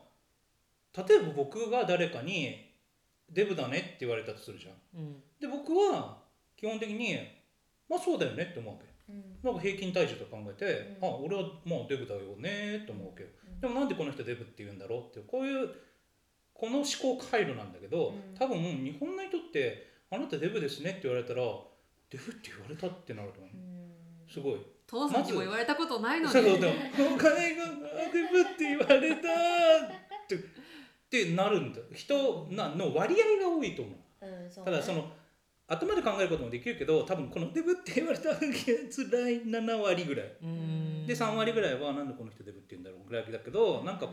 あ例えば僕が誰かに「デブだね」って言われたとするじゃうんんで僕は基本的に「まあそうだよね」って思うわけうんなんか平均体重と考えて「うんあ俺はまあデブだよね」って思うわけよでもなんでこの人デブって言うんだろうっていうこういうこの思考回路なんだけど、うん多分日本の人って「あなたデブですね」って言われたら「デブって言われた」ってなると思う、うんすごい。父さんにも言われたことないのそうそうにでも「お金があデブって言われた」ってってなるんだ人なの割合が多いと思う。うんそうねただその頭で考えることもできるけど多分この「デブ」って言われたつらい7割ぐらいうんで3割ぐらいはなんでこの人デブって言うんだろうぐらいだけどなんか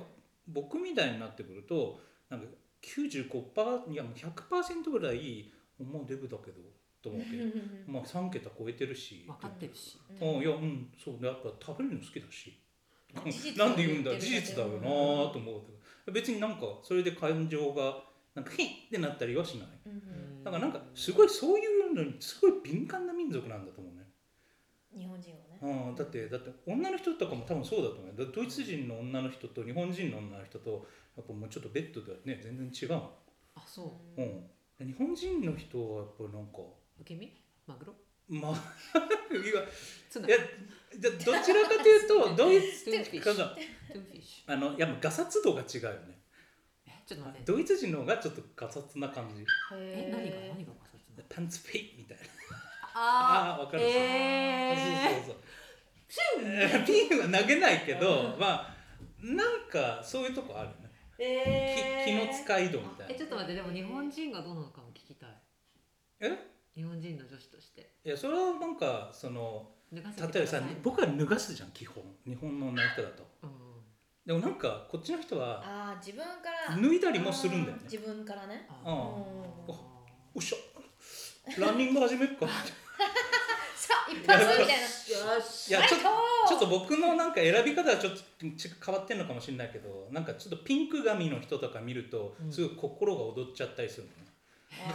僕みたいになってくるとなんか95%いやもう100%ぐらいもうデブだけどと思うけうどんうんまあ3桁超えてるし分かってるしうんいやうんそうやっぱ食べるの好きだし事実なんで言うんだを言って事るだけ実だよなと思うけど別になんかそれで感情がなんかヒッってなったりはしないうんうんだからなんかすごいそういうのにすごい敏感な民族なんだと思うね。日本人はねうん、だってだって女の人とかも多分そうだと思うよだドイツ人の女の人と日本人の女の人とやっぱもうちょっとベッドではね全然違うもあそん、うん、日本人の人はやっぱりなんかう受け身マグロまあ いやツナいやじゃどちらかとい うとドイツトゥーンフィッシツュが トゥーンフィッシあのやっぱガサツ度が違うよねュえちょっと待ってドイツ人の方がちょっとガサツな感じええ何が何が摩擦なのパンツペイみたいなあああわーかる、えー、そうそうそうそうピンは投げないけどまあなんかそういうとこあるよねえー、気気の使い度みたえいちなょっと待ってでも日本人がどうなのかも聞きたいえ日本人の女子としていやそれはなんかその脱がせ例てえばさくだい僕は脱がすじゃん基本日本の女の人だとうんでもなんかこっちの人はああ自分から脱いだりもするんだよあーね自分からねあうーんあおっしゃランニング始めるかさあ一発みたいなーよしいやちょっとちょっとと僕のなんか選び方はちょっとち変わってんのかもしれないけどなんかちょっとピンク髪の人とか見るとうんすごい心が踊っちゃったりするのね、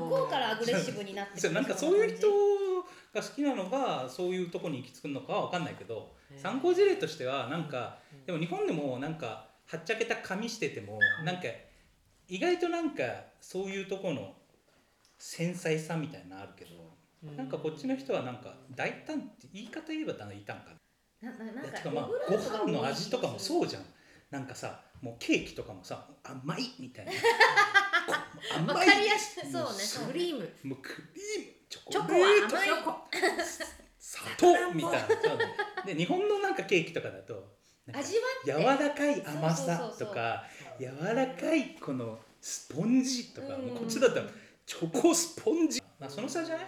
向こうからアグレッシブになってくるそうなんかそういう人が好きなのがそういうとこに行き着くのかは分かんないけどへー参考事例としてはなんかうんでも日本でもなんかはっちゃけた紙しててもなんか意外となんかそういうとこの繊細さみたいなのあるけどなんかこっちの人はなんか大胆って言い方言えば大胆かななななんいやかてかまあご飯の味とかもそうじゃんなんかさもうケーキとかもさ甘いみ たいなわ甘かいりやすいそうねもうそうクリームもうクリームチチョョココはレート甘い砂糖みたいなそうねで日本のなんかケーキとかだとなんか味わ柔ってらかい甘さそうそうそとうそうか柔らかいこのスポンジとかうんもうこっちだったらチョコスポンジまあその差じゃない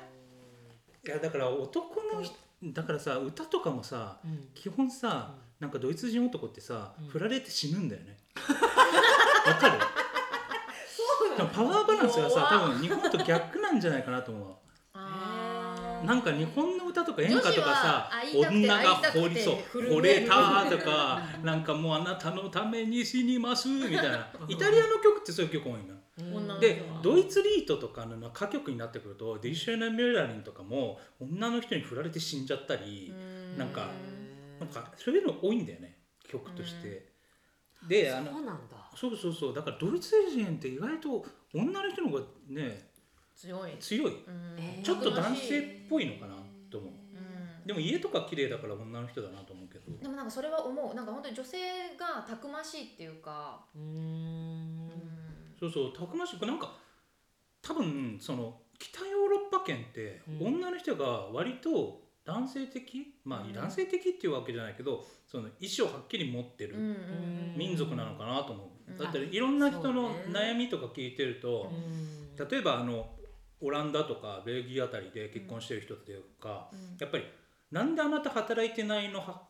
いやだから男の人だからさ歌とかもさうん基本さうんなんかドイツ人男ってさうん振られて死ぬんだ よねわかるでもパワーバランスがさ多分日本と逆なんじゃないかなと思うわあーなんか日本の歌とか演歌とかさ女子は会い女たくてが惚りそう会いたくて惚れたと かなんかもうあなたのために死にますみたい なイタリアの曲ってそういう曲多いのよ女の人ではドイツリートとかの歌曲になってくるとディシュナ・ミュラリンとかも女の人に振られて死んじゃったりなんかなんかそういうの多いんだよね曲としてであそのうなんだそうそうそうだからドイツ人って意外と女の人の方がね強い強いうんえーちょっと男性っぽいのかなと思ううんでも家とか綺麗だから女の人だなと思うけどでもなんかそれは思うなんか本当に女性がたくましいっていうか、うーんうんそうそうたくましくなんか多分その北ヨーロッパ圏ってうん女の人が割と男性的、まうんあ男性的っていうわけじゃないけどその意思をはっきり持ってうるん民族なのかなと思う、うんだっていろんな人のあそうね悩みとか聞いてると、うん例えばあのオランダとかベルギーあたりで結婚してる人っていうか、うんやっぱりなんであなた働いてないのは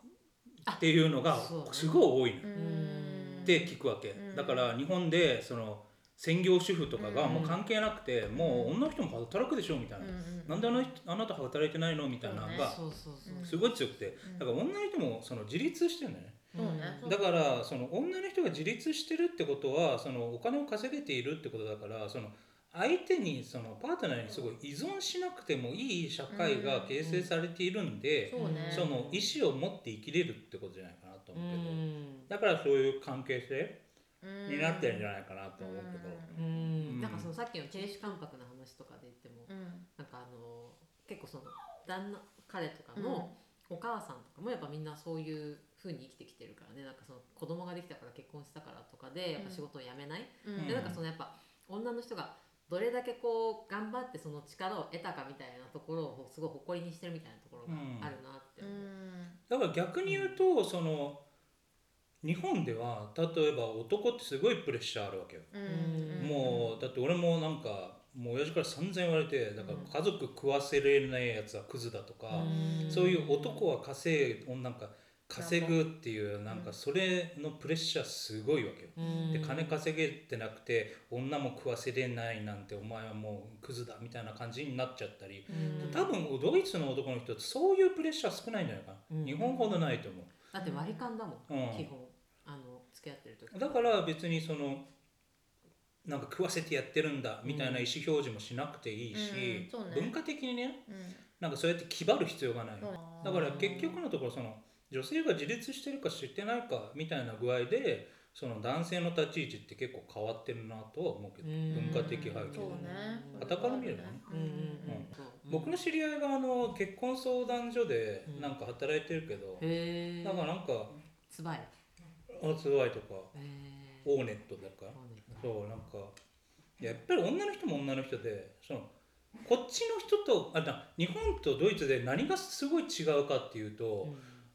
あっていうのがそうねすごい多いのようんうんって聞くわけ、んだから日本でその専業主婦とかがうんもう関係なくて、もう女の人も働くでしょみたいな、うんなんであの人あなた働いてないのみたいなそのうねがそうそうそうすごい強くてうんだから女の人もその自立してるんだよねそうねそうだからその女の人が自立してるってことはそのお金を稼げているってことだからその相手にそのパートナーにすごい依存しなくてもいい社会が形成されているんで、そうねうんその意思を持って生きれるってことじゃないかなとう思うけど、んだからそういう関係性うんになってるんじゃないかなと思うけうど、うんんなんかそのさっきの亭主関白の話とかで言ってもうんなんかあの結構その旦那彼とかのお母さんとかもやっぱみんなそういう風に生きてきてるからねなんかその子供ができたから結婚したからとかでやっぱ仕事を辞めない、うんうんでなんかそのやっぱ女の人がどれだけこう頑張ってその力を得たかみたいなところをすごい誇りにしてるみたいなところがあるなってう思う。んだから逆に言うと、その日本では例えば男ってすごいプレッシャーあるわけよ、うんもうだって俺もなんかもう親父から散々言われてだから家族食わせれないやつはクズだとか、んそういう男は稼いなんか稼ぐっていうなんかそれのプレッシャーすごいわけよ、うんで金稼げてなくて女も食わせれないなんてお前はもうクズだみたいな感じになっちゃったり、うん多分ドイツの男の人ってそういうプレッシャー少ないんじゃないかな、うん日本ほどないと思だって割り勘だもん、うん基本あの付き合ってる時うだから別にそのなんか食わせてやってるんだみたいな意思表示もしなくていいし、うんうんそうね文化的にねうんなんかそうやって気張る必要がない、そうだから結局のところその女性が自立してるかしてないかみたいな具合でその男性の立ち位置って結構変わってるなとは思うけど、うん文化的背景でそうね傍から見ればねうんうんうんそううん僕の知り合いがあの結婚相談所でなんか働いてるけど、へえだからなんかつばいへアツワイとかえオーネットだそかうねそうなんかやっぱり女の人も女の人でそのこっちの人とあな日本とドイツで何がすごい違うかっていうと、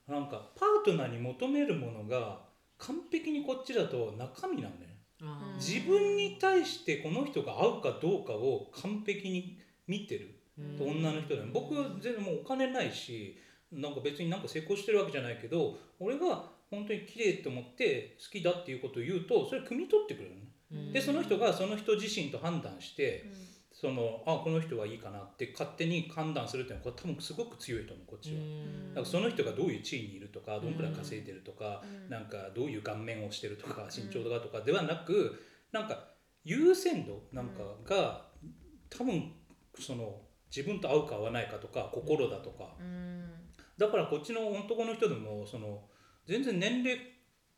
なんかパートナーに求めるものが完璧にこっちだと中身なんだよねあー自分に対してこの人が合うかどうかを完璧に見てるうん女の人だよね僕うん全然もうお金ないしなんか別になんか成功してるわけじゃないけど俺が本当に綺麗と思って好きだっていうことを言うとそれ汲み取ってくれるのねでその人がその人自身と判断してそのあこの人はいいかなって勝手に判断するっていうのはこれ多分すごく強いと思うこっちうは。んなんかその人がどういう地位にいるとかどんくらい稼いでるとか、うんなんかどういう顔面をしてるとか身長がとかではなくなんか優先度なんかが、多分その自分と合うか合わないかとか心だとか、うんだからこっちの男の人でもその全然年齢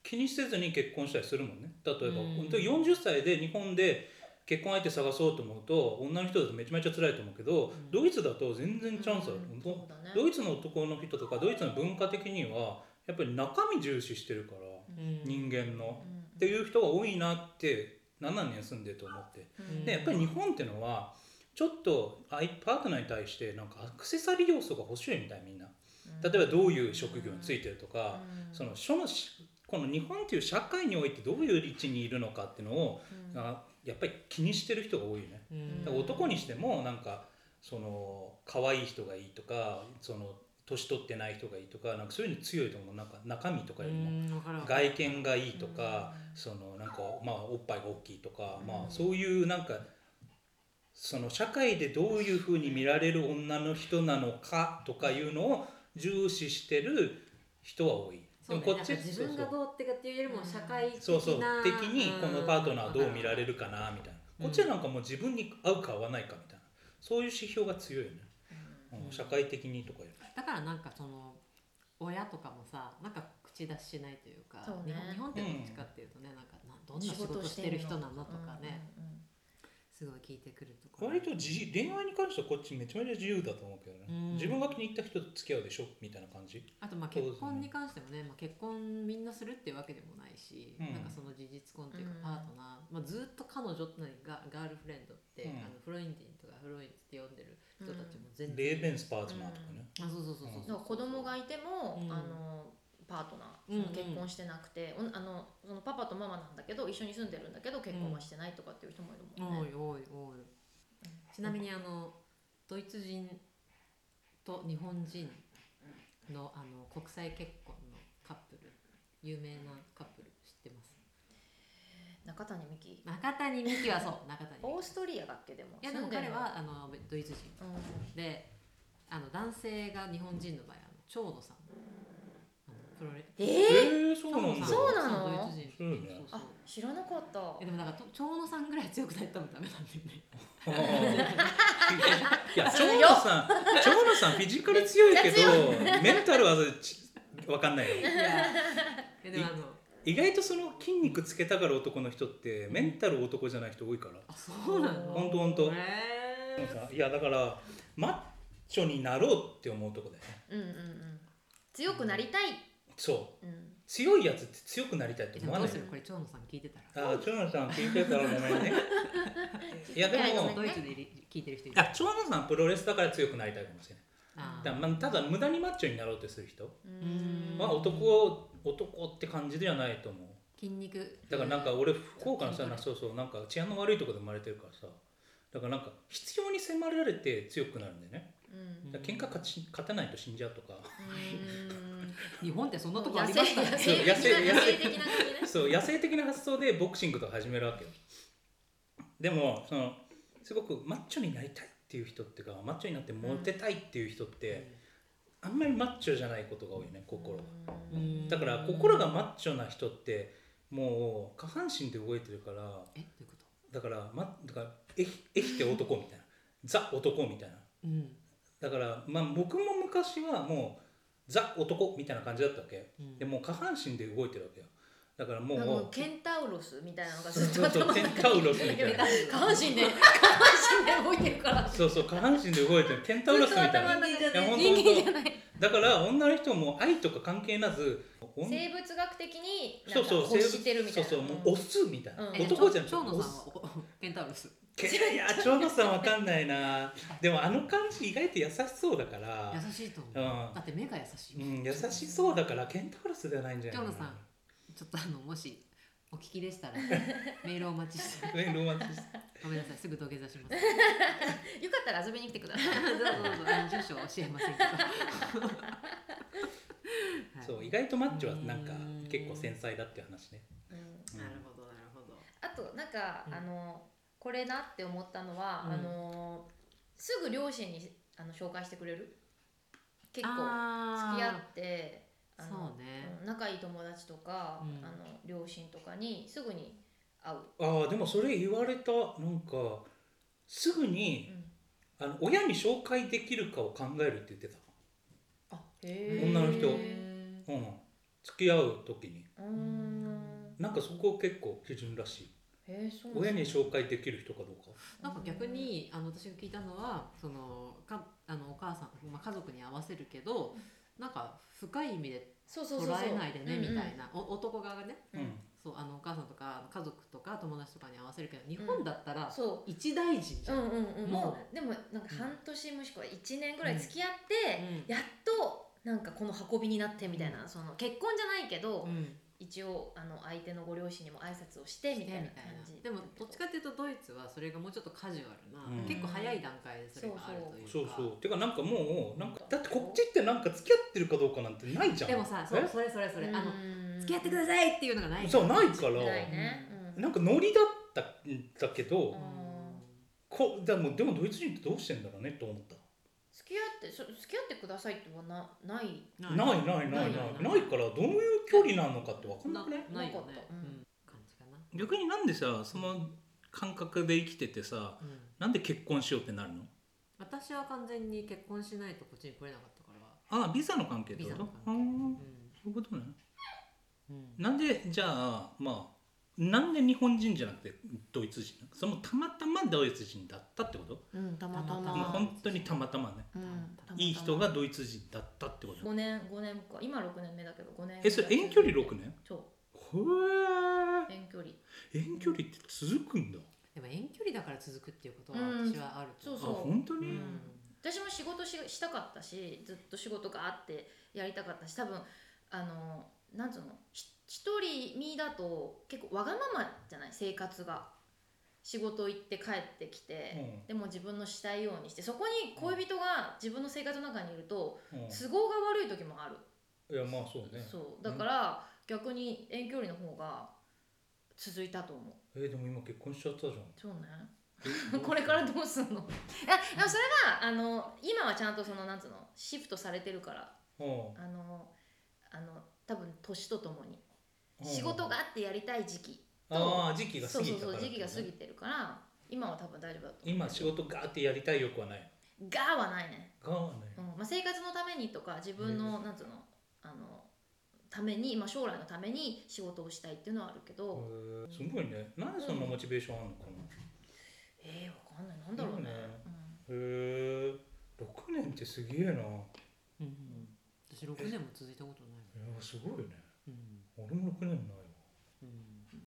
気にせずに結婚したりするもんね例えば、うん本当に40歳で日本で結婚相手探そうと思うと女の人だとめちゃめちゃ辛いと思うけど、んドイツだと全然チャンスある、うんどそうだねドイツの男の人とかドイツの文化的にはやっぱり中身重視してるからうん人間の、うんっていう人が多いなって7年住んでると思ってうんでやっぱり日本ってのはちょっとあいパートナーに対してなんかアクセサリー要素が欲しいみたいみんな例えばどういう職業についてるとか、うんそのそのしこの日本っていう社会においてどういう立地にいるのかっていうのを、うんあやっぱり気にしてる人が多いよね。うんだから男にしてもなんかその可愛い人がいいとかその年取ってない人がいいとかなんかそういうの強いと思うなんか中身とかよりも。うんわかるわかる外見がいいとか、うんそのなんかまあおっぱいが大きいとか、まうんあそういうなんかその社会でどういうふうに見られる女の人なのかとかいうのを重視してる人は多い。そうねでもなんか自分がどうってかっていうよりも社会的なそうそうそう的にこのパートナーはどう見られるるかなみたういな、んこっちはなんかもう自分に合うか合わないかみたいなそういう指標が強いよね、うんうん社会的にとかよりだからなんかその親とかもさなんか口出ししないというかそう日本ね日本ってどっちかっていうとね、なんかなどんな仕事してる人なんだとかね、すごい聞いてくるところ割と自由恋愛に関してはこっちめちゃめちゃ自由だと思うけどね、うん自分が気に入った人と付き合うでしょみたいな感じあとまあそう結ですね婚に関してもね、まあ、結婚みんなするっていうわけでもないし、うんなんかその事実婚っていうかうんパートナー、まあ、ずっと彼女何ガガールフレンドって、うんあのフロインディンとかフロインって呼んでる人たちも全然、レーベンスパーズマーとかね、あそうそうそうそうだから子供がいても、うんあのパートナー、うんその結婚してなくて、おんあのそのパパとママなんだけど一緒に住んでるんだけど結婚はしてないとかっていう人もいるもんね。多い多い多いちなみにあのドイツ人と日本人のあの国際結婚のカップル有名なカップル知ってます中谷美紀中谷美紀はそう中谷オ美ーストリアだっけでも紀いやでも住ん彼るのはあのドイツ人であの男性が日本人の場合あの長野さんあのプロレうん、ええー、ー、そうなんだそうなのそうドイツ人そうねそうそうあ知らなかった。えでもなんかと長野さんぐらい強くないと多分ダメなんだよねいや長野さん長野さんフィジカル強いけどメンタルはちわかんないよ えでもあの意外とその筋肉つけたがる男の人ってメンタル男じゃない人多いからあそうなのほんとほんとへーいやだからマッチョになろうって思うとこだよねうんうんうん。強くなりたい。そううん。強いやつって強くなりたいとで思もわどなうすいるこれ長野さん聞いてたらああ長野さん聞いてたらごめんねいやでいやごめもんドイツでいり聞いてる人いるあ長野さんプロレスだから強くなりたいかもしれないあーだまあただ無駄にマッチョになろうとする人ううんは男男って感じではないと思う筋肉だからなんか俺福岡のさなそうそうなんか治安の悪いところで生まれてるからさだからなんか必要に迫られて強くなるんだよね うん。だから喧嘩勝ち勝たないと死んじゃうとか うん日本ってそんなとこあ野り生ました野ねそう野生生的な野生的な感じね。そう野生的な発想でボクシングとか始めるわけよでもそのすごくマッチョになりたいっていう人っていうかマッチョになってモテたいっていう人って、あんまりマッチョじゃないことが多いね心が。うんだから心がマッチョな人ってもう下半身で動いてるからえどういうことだから,、ま、だからえひえひて男みたいなザ男みたいなうんだから、まあ、僕も昔はもうザ男みたいな感じだったわけうんでもう下半身で動いてるわけよだからもうなんかケンタウロスみたいなのがそうずっそとうそう頭のケン中タウロスみにいたいやな下半身で下半身で動いてるからそうそう下半身で動いてるケンタウロスみたいずっと頭なの中でいや本当人間じゃないだから女の人も愛とか関係なず女生物学的になそんうかそう欲してるみたいなそうそうもうオスみたいな、うん男じゃなくて長野オさんスはおおケンタウロスいや長野さんわかんないなでもあの感じ意外と優しそうだから優しいと思ううんだって目が優しういん優しそうだからケンタウロスではないんじゃないかな長野さんちょっとあのもしお聞きで したらメールをお待ちしてねロマンチストごめんなさいすぐ土下座します よかったら遊びに来てくださいどうぞどうぞあの住所は教えま せんけど はいそう意外とマッチョはなんかうん結構繊細だっていう話ねなるほどなるほどあとなんか、うんあのこれなって思ったのは、うんあのすぐ両親にあの紹介してくれる結構構付き合ってあのそうねうん仲いい友達とか、うんあの両親とかにすぐに会う、ああでもそれ言われたなんかすぐにうんあの親に紹介できるかを考えるって言ってた、あへー女の人へーうん、付き合う時にうーんなんかそこ結構基準らしいへーそうなんだ親に紹介できる人かどうかなんか逆にあの私が聞いたのはそのかあのお母さん、まあ、家族に合わせるけどなんか深い意味でそうそう捉そうそうえないでねみたいなな、お男側がねう、うんんそうあのお母さんとか家族とか友達とかに合わせるけど日本だったらそ一大事じうゃ、うんんうんうんもうでもなんかうん半年もしくは1年ぐらい付き合ってうんやっとなんかこの運びになってみたいなその結婚じゃないけどうん一応あの相手のご両親にも挨拶をしてみたいな感じでもどっちかっていうとドイツはそれがもうちょっとカジュアルな、うん結構早い段階でそれがあるというかそうそうてかなんかもうなんかだってこっちってなんか付き合ってるかどうかなんてないじゃんでもさそえれそれそれそれ、あのの付き合ってくだださいっていうのがないそうないからないねうんなんかノリだったんだけど、うんこでもでもドイツ人ってどうしてんだろうねと思った付き合ってそ付き合ってくださいってはなないなないないないないないからどういう距離なのかって分かんなくないなないよなかっねたうんうん感じかな、逆になんでさその感覚で生きててさうんなんで結婚しようってなるの私は完全に結婚しないとこっちに来れなかったからああビザの関係ってビザことのあー関そういうことね係、うんうんなんでじゃあまあなんで日本人じゃなくてドイツ人なのそのたまたまドイツ人だったってことうんたまたあまもうー本当にたまたまねうんたまたまいい人がドイツ人だったってこと5年5年か今6年目だけど5年えそれ遠距離6年そほえう遠距離遠距離って続くんだでも遠距離だから続くっていうことはうん私はあるとあそう本当うに、ん私も仕事ししたかったしずっと仕事があってやりたかったし多分あのなんつうのひ一人身だと結構わがままじゃない生活が仕事行って帰ってきうて、んでも自分のしたいようにしてそこに恋人が自分の生活の中にいるとうん都合が悪い時もある、いやまあそうねそうだから逆に遠距離の方が続いたと思うえーでも今結婚しちゃったじそうねゃん これからどうすんのあでもそれはあの今はちゃんとそのなんつうのシフトされてるからうんあのあの多分年とともにうん仕事があってやりたい時期ああ時期がそ過うぎそうたかそらう時期が過ぎってことねてるから今は多分大丈夫だと思う今仕事ガーってやりたい欲はないがーはないね、ガーはないうんまあ、生活のためにとか自分のなんつうのあのために、まあ、将来のために仕事をしたいっていうのはあるけど、へーすごいねなんでそんなモチベーションあるのかなえー、わかんないなんだろうねいいよねへえ6年ってすげえないやうん私6年も続いたことない、すごいねうん俺も6年ないわうんじ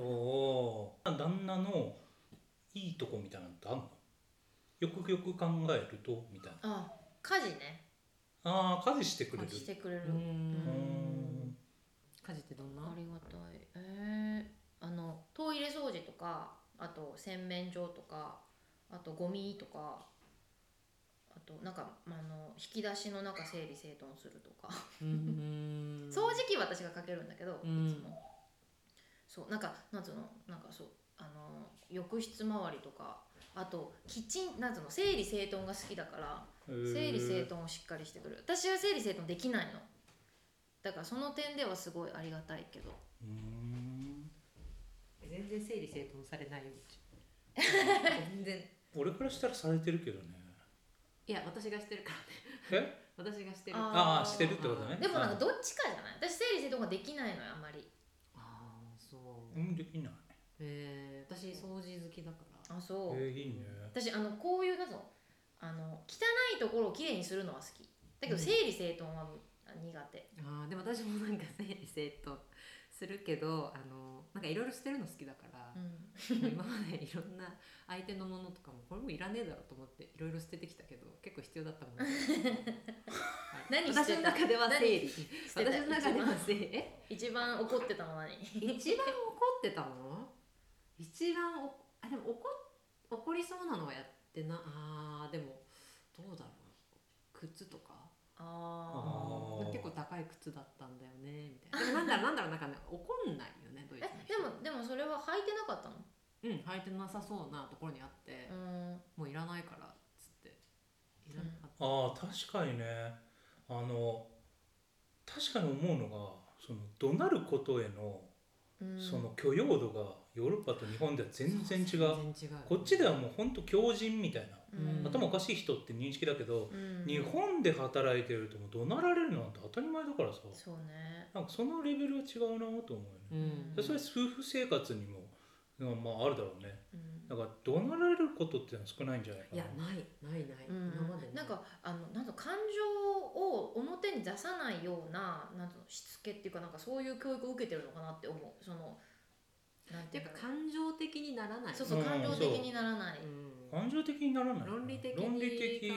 ゃあ旦那のいいとこみたいなのってあんのよくよく考えるとみたいなうん、あ家事ねああ家事してくれるしてくれる、ううーんん家事ってどんなありがたいえー、あのトイレ掃除とかあと洗面所とかあとゴミとかあとなんかまああの引き出しの中整理整頓するとか、うん掃除機は私がかけるんだけど、うんいつもそうなんかなんつうのなんかそうあの浴室周りとかあとキッチンなんつうの整理整頓が好きだから整理整頓頓をしっかりしてくれる私は整理整頓できないのだからその点ではすごいありがたいけどうーん全然整理整頓され ないうち全然俺からしたらされてるけどねいや私がしてるからねえ 私がしてるあーああしてるってことねでもなんかどどっちかじゃない私整理整頓ができないのよあんまりあーそう、うんできないえー、私掃除好きだからあえそう、ー、いいね私あのこういうなんつうのあの汚いところをきれいにするのは好きだけうんど整理整頓は苦手、あーでも私もなんか整理整頓するけどあのなんかいろいろ捨てるの好きだからう、ん 今までいろんな相手のものとかもこれもいらねえだろうと思っていろいろ捨ててきたけど結構必要だったもん 何捨私てのた中では整理てた私の中では整理え一番怒ってたのは何一番怒ってたの一番おあでも怒っ怒りそうなのはやってなあーでもどうだろう靴とかああー結構高い靴だったんだよねみたいなでもなんだ ろうなんだろうなんかね怒んないよねドイーツえの人でもでもそれは履いてなかったのうん履いてなさそうなところにあって、うんもういらないからっつっていらなかった、ああ確かにねあの確かに思うのがその怒鳴ることへのうんその許容度がヨーロッパと日本では全然違う全然違うこっちではもうほんと強人みたいなうん頭おかしい人って認識だけど、うん日本で働いてるともう怒鳴られるなんて当たり前だからさそうねなんかそのレベルは違うなと思うよね、うんでそれは夫婦生活にもうんまああるだろうねうんだから怒鳴られることっていうのは少ないんじゃないかいなやないないない、うん今までないなんかあのなんか感情を表に出さないようななんつうのしつけっていうかなんかそういう教育を受けてるのかなって思うそのなんっていううかの感情的にならないそうそううん感情的にならない、うん感情的にならない論理的に考論理的え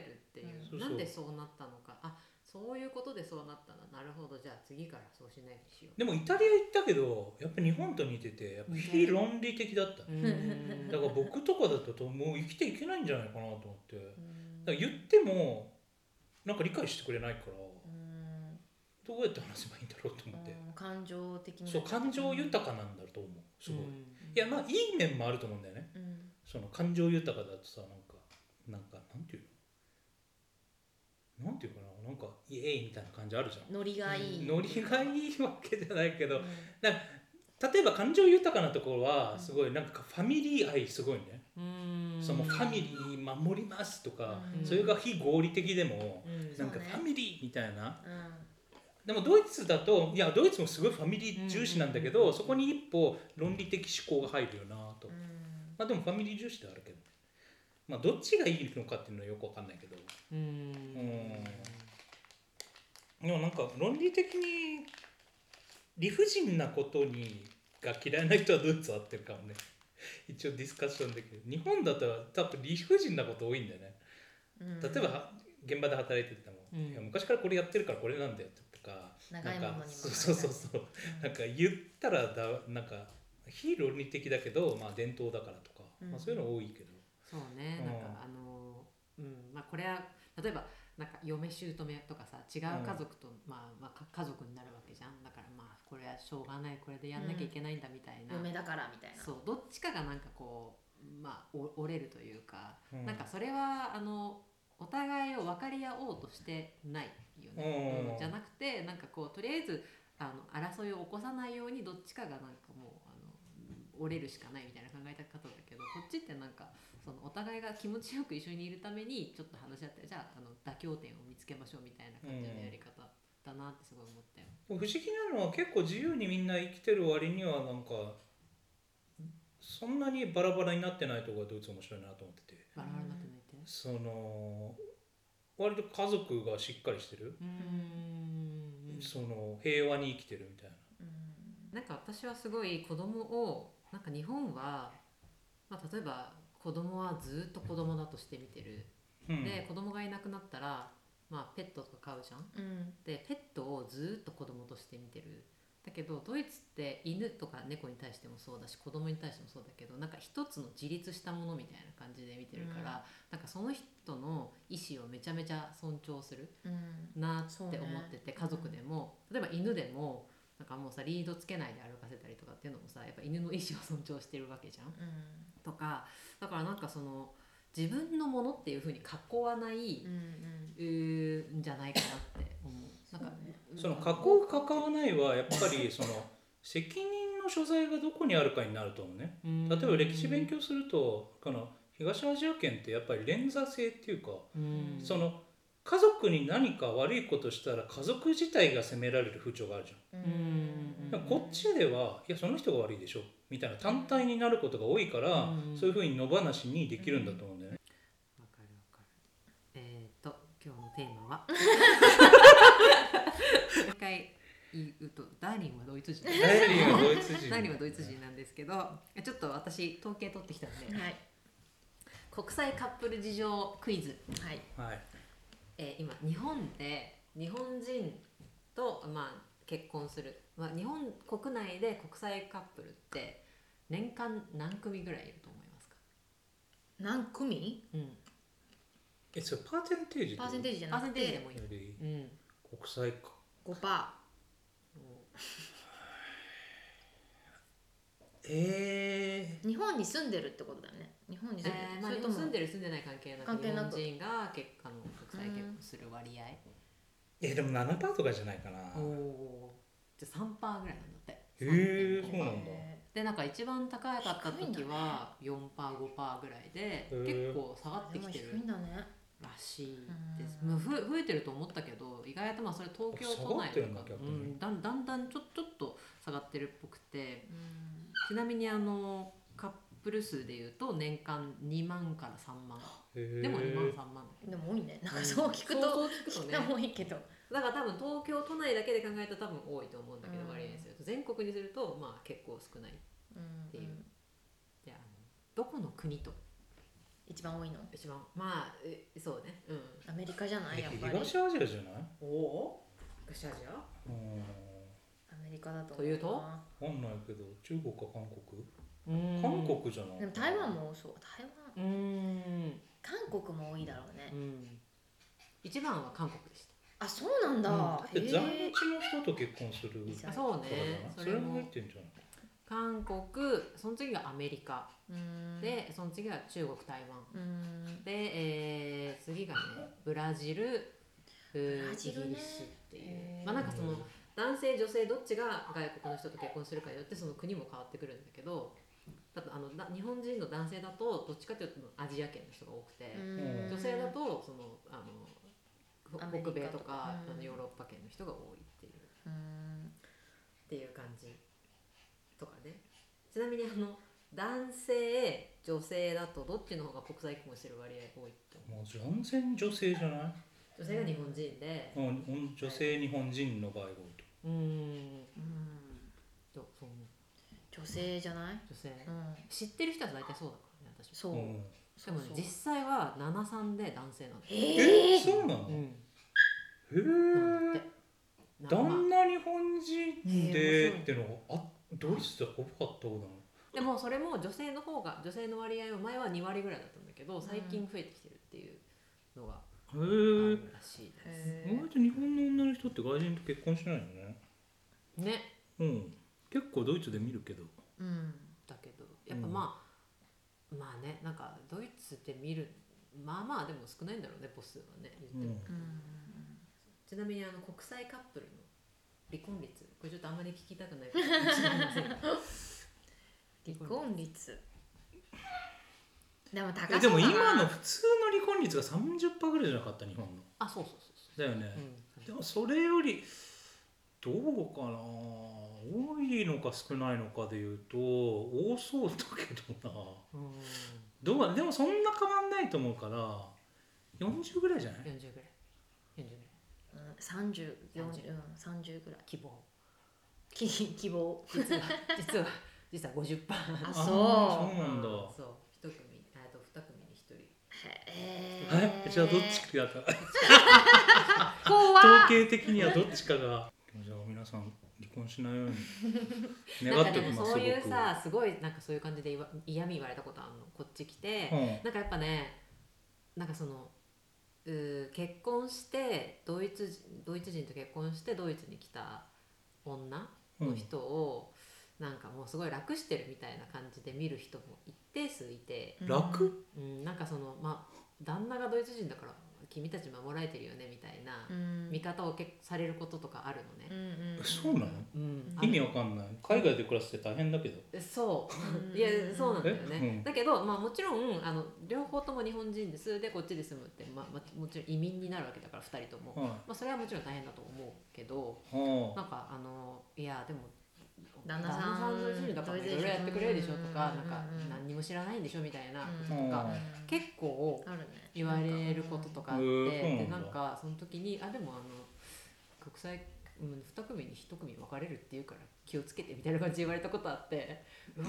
るっていう、うんなんでそうなったのかあそういうことでそうなったななるほどじゃあ次からそうしないようにしよでもイタリア行ったけどやっぱ日本と似ててやっぱ非論理的だった、う、うん、だから僕とかだともう生きていけないんじゃないかなと思ってうんだから言ってもなんか理解してくれないからうんどうやって話せばいいんだろうと思って、うん感情的にそう感情豊かなんだと思うすごい、ういんやまあいい面もあると思うんだよねうんその感情豊かだとさなんかなんかなんていうのなんていうかななんかイエーイみたいな感じあるじゃんノリがいい、ノリがいいわけじゃないけどうん例えば感情豊かなところうんはすごいなんかファミリー愛すごいね、うんそのファミリー守りますとか、うんそれが非合理的でも、うんなんかそうねファミリーみたいなうんでもドイツだといやドイツもすごいファミリー重視なんだけど、うんそこに一歩論理的思考が入るよなと、うんまあでもファミリー重視ではあるけどまあどっちがいいのかっていうのはよくわかんないけどうんんでもなんか論理的に理不尽なことにが嫌いな人はドイツは合ってるかもね一応ディスカッションできる日本だと多分理不尽なこと多いんだよねうん例えば現場で働いてても、うんいや昔からこれやってるからこれなんだよとか長いものになんもかそうそうそうそうなんか言ったらだなんか非論理的だけど、まあ、伝統だからとか、うんまあ、そういうの多いけど、そうね、なんかあのうんまあこれは例えばなんか嫁姑とかさ違う家族と、まあまあか家族になるわけじゃんだからまあこれはしょうがないこれでやんなきゃいけないんだみたいな、嫁だからみたいなそうどっちかがなんかこうまあお折れるというか、うんなんかそれはあのお互いを分かり合おうとしてないよね、うんうんじゃなくてなんかこうとりあえずあの争いを起こさないようにどっちかがなんかもうあの折れるしかないみたいな考え方だけどこっちってなんかそのお互いが気持ちよく一緒にいるためにちょっと話し合ってじゃああの妥協点を見つけましょうみたいな感じのやり方だなってすごい思ったよ。不思議なのは結構自由にみんな生きてる割にはなんかそんなにバラバラになってないとこがドイツ面白いなと思っててバラバラになってないってねその割と家族がしっかりしてる、うんその平和に生きてるみたいな。うんなんか私はすごい子供をなんか日本は、まあ、例えば子供はずっと子供だとして見てる、うんで子供がいなくなったら、まあ、ペットとか飼うじゃんうんでペットをずっと子供として見てるだけどドイツって犬とか猫に対してもそうだし子供に対してもそうだけどなんか一つの自立したものみたいな感じで見てるから、うんなんかその人の意思をめちゃめちゃ尊重するうんなってそう思ねってて、家族でも例えば犬でもなんかもうさリードつけないで歩かせたりとかっていうのもさやっぱ犬の意思を尊重してるわけじゃんうとかだからなんかその自分のものっていうふうに囲わない、んうんうーんじゃないかなって思う。なんかそうねうんその加工かかわないはやっぱりその責任の所在がどこにあるかになると思うね。うん例えば歴史勉強するとこの東アジア圏ってやっぱり連座制っていうか、うんその家族に何か悪いことしたら家族自体が責められる風潮があるじううんゃん。うでんもこっちではいやその人が悪いでしょみたいな単体になることが多いから、うんそういうふうに野放しにできるんだと思うんだよね。わかるわかる。えっ、と今日のテーマ は一回言うとダーリンはドイツ人。ダイアリーはドイツ人。何はドイツ人なんですけどちょっと私統計取ってきたんではい国際カップル事情クイズ、はいはい。えー今日本で日本人と、まあ、結婚する、まあ、日本国内で国際カップルって年間何組ぐらいいると思いますか、何組うん、えそれパーセンテージ。パーセンテージ。ジじゃパなくーセンテージでてもいい、うん、国際か。 5パえー日本に住んでるってことだよね日本に住んでる、えーまあ、それ日と本も住んでる住んでない関係な関く係日な本く人が結あの国際結婚する割合、ー、えでも7%とかじゃないかな。おーじゃあ3%ぐらいなんだってへえそうなんだえでなんか一番高かった低いんだ時ねは4パー5パーぐらいでへー結構下がっーてできもて低るいんだねらしいです。うんまあ、ふ増えてると思ったけど意外とまあそれ東京都内下がってとるんだか逆うにん、だんだんだんちょちょっと下がってるっぽくてうんちなみにあのカップル数でいうと年間2万から3万へえでも2万3万だけどでも多いねなんかそう聞くと、そう聞くとねでも多いけどだから多分東京都内だけで考えたら多分多いと思うんだけど、うん割合にすると全国にするとまあ結構少ないうんていうであのどこの国と一番多いの一番まあえそうねうんアメリカじゃないやっえぱり東アジアじゃないおお東アジアうんアメリカだと思というとなわかんないけど中国か韓国うん韓国じゃないでも台湾もそう台湾うーん韓国も多いだろうねうん一番は韓国でしあそうなんだ、うんだって在へえ日の人と結婚するいいじたゃあんとかそうじゃないねそそれれもも入ってんじゃない韓国その次がアメリカうんでその次が中国台湾うんで、えー次がねブラジルうーブラジルねイギリスっていうへーまあなんかその男性女性どっちが外国の人と結婚するかによってその国も変わってくるんだけどだとあのな日本人の男性だとどっちかというとアジア圏の人が多くて、ん女性だとそのあのアほメリカ北米ととかかうんあのヨーロッパ圏の人が多いっていううんっていう感じとかねちなみにあの男性女性だとどっちの方が国際結婚してる割合多いと思うもう全然女性じゃない女性が日本人でうんうん女性日本人の場合が多いとうーんうんそうそう思う女性じゃない女性うん知ってる人は大体そうだからね私そう、うんでもねそう実際は73で男性なんだへええそうなのうへんなんだってえなんかまあ旦那日本人へでー面白いってのはあドイツでほぼあったことなのでもそれも女性の方が女性の割合は前は2割ぐらいだったんだけど最近増えてきてるっていうのがへあえるらしいです。意外と日本の女の人って外人と結婚しないよねねうん結構ドイツで見るけどうんだけどやっぱまあ、まあねなんかドイツで見るまあまあでも少ないんだろうね母数はね言っても、うんちなみにあの国際カップルの離婚率これちょっとあんまり聞きたく ないかもしれませんが離婚率でも高そうだえなでも今の普通の離婚率が30%ぐらいじゃなかった日本のあそうそうそうそだよね、う、うん、でもそれよりどうかな多いのか少ないのかで言うと多そうだけどなうんどうだでもそんな変わんないと思うから40ぐらいじゃない40ぐらい40ぐうん3040らい30うん30ぐらい希望き希望実は実は実は50%ああーそそうなんだそう1組あと2組に1人へえじゃあどっちかが怖統計的にはどっちかがじゃあ皆さん離婚しないよう に願なんっかておできもますそういうすごくさすごいなんかそういう感じで言わ嫌味言われたことあるのこっち来て、うんなんかやっぱねなんかそのうー結婚してドイツ人ドイツ人と結婚してドイツに来た女の人を、なんかもうすごい楽してるみたいな感じで見る人も一定数いて、うん楽うん、なんかそのまあ旦那がドイツ人だから君たち守られてるよねみたいなうん見方をけされることとかあるのうね。んうんんそうなのうん意味わかんない海外で暮らすって大変だけどそううんいやそうなんだよね、えうんだけど、まあ、もちろんあの両方とも日本人ですでこっちで住むって、まあまあ、もちろん移民になるわけだから2人とも、はまあ、それはもちろん大変だと思うけどいはなんかあのいやでも旦那さんの人だからいろいろやってくれるでしょとかなんか何にも知らないんでしょみたいなこととか、うん結構あるね言われることとかあって、へーそうなでんだなんかその時にあでもあの国際うん2組に1組分かれるっていうから気をつけてみたいな感じで言われたことあってうわ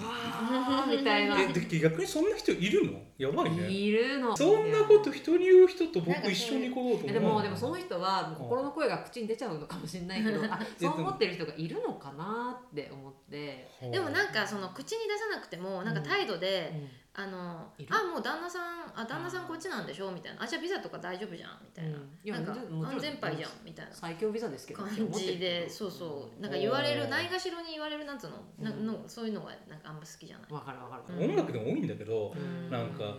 ーみたいなえで逆にそんな人いるのやばいねいるのそんなこと人に言う人となんかそ僕う一緒に行こうえと思うでもでもその人はもう心の声が口に出ちゃうのかもしれない けどあそう思ってる人がいるのかなって思って、はあでもなんかその口に出さなくてもなんか態度で、あのいるあもう旦那さんあ旦那さんこっちなんでしょみたいなあじゃあビザとか大丈夫じゃんみたいな、うんいやなんかもちろん安全牌じゃんみたいな最強ビザですけどって感思ってるじけどでそうそうなんかうん言われるないがしろに言われるなんつうの,、なうんのそういうのがなんかあんま好きじゃない、わかるわかる、音楽でも多いんだけどうんなんか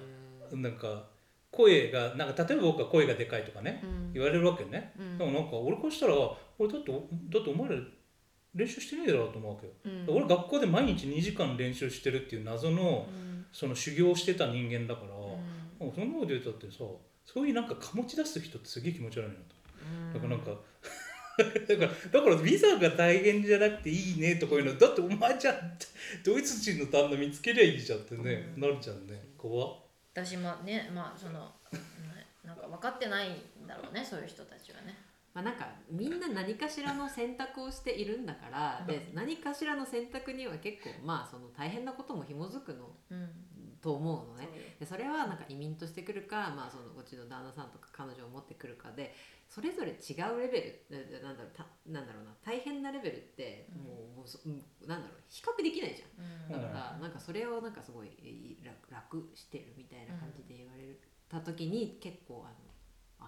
なんか声がなんか例えば僕は声がでかいとかねうん言われるわけねうんでもなんか俺こうしたら俺だってだってお前ら練習してねえだろうと思うわけよ、うん俺学校で毎日2時間練習してるっていう謎のうんその修行してた人間だから、うんもうそんなこと言うたってさそういうなんか醸し出す人ってすげえ気持ち悪いなとだからなんか、 だからだからビザが大変じゃなくていいねとかいうのだってお前じゃんドイツ人の旦那見つけりゃいいじゃんってね、うんなるじゃんね怖っ私もねまあそのうんなんか分かってないんだろうねそういう人たちはねまあ、なんかみんな何かしらの選択をしているん だからで何かしらの選択には結構まあその大変なことも紐づくのうんと思うそのうねよでそれはなんか移民としてくるか、まあ、そのうちの旦那さんとか彼女を持ってくるかでそれぞれ違うレベルななんだろうたなんだろうな大変なレベルってうんもう,、もうそうんなんだろう比較できないじゃん。うんだからなんかそれをなんかすごいえー楽楽してるみたいな感じで言われた時に結構あの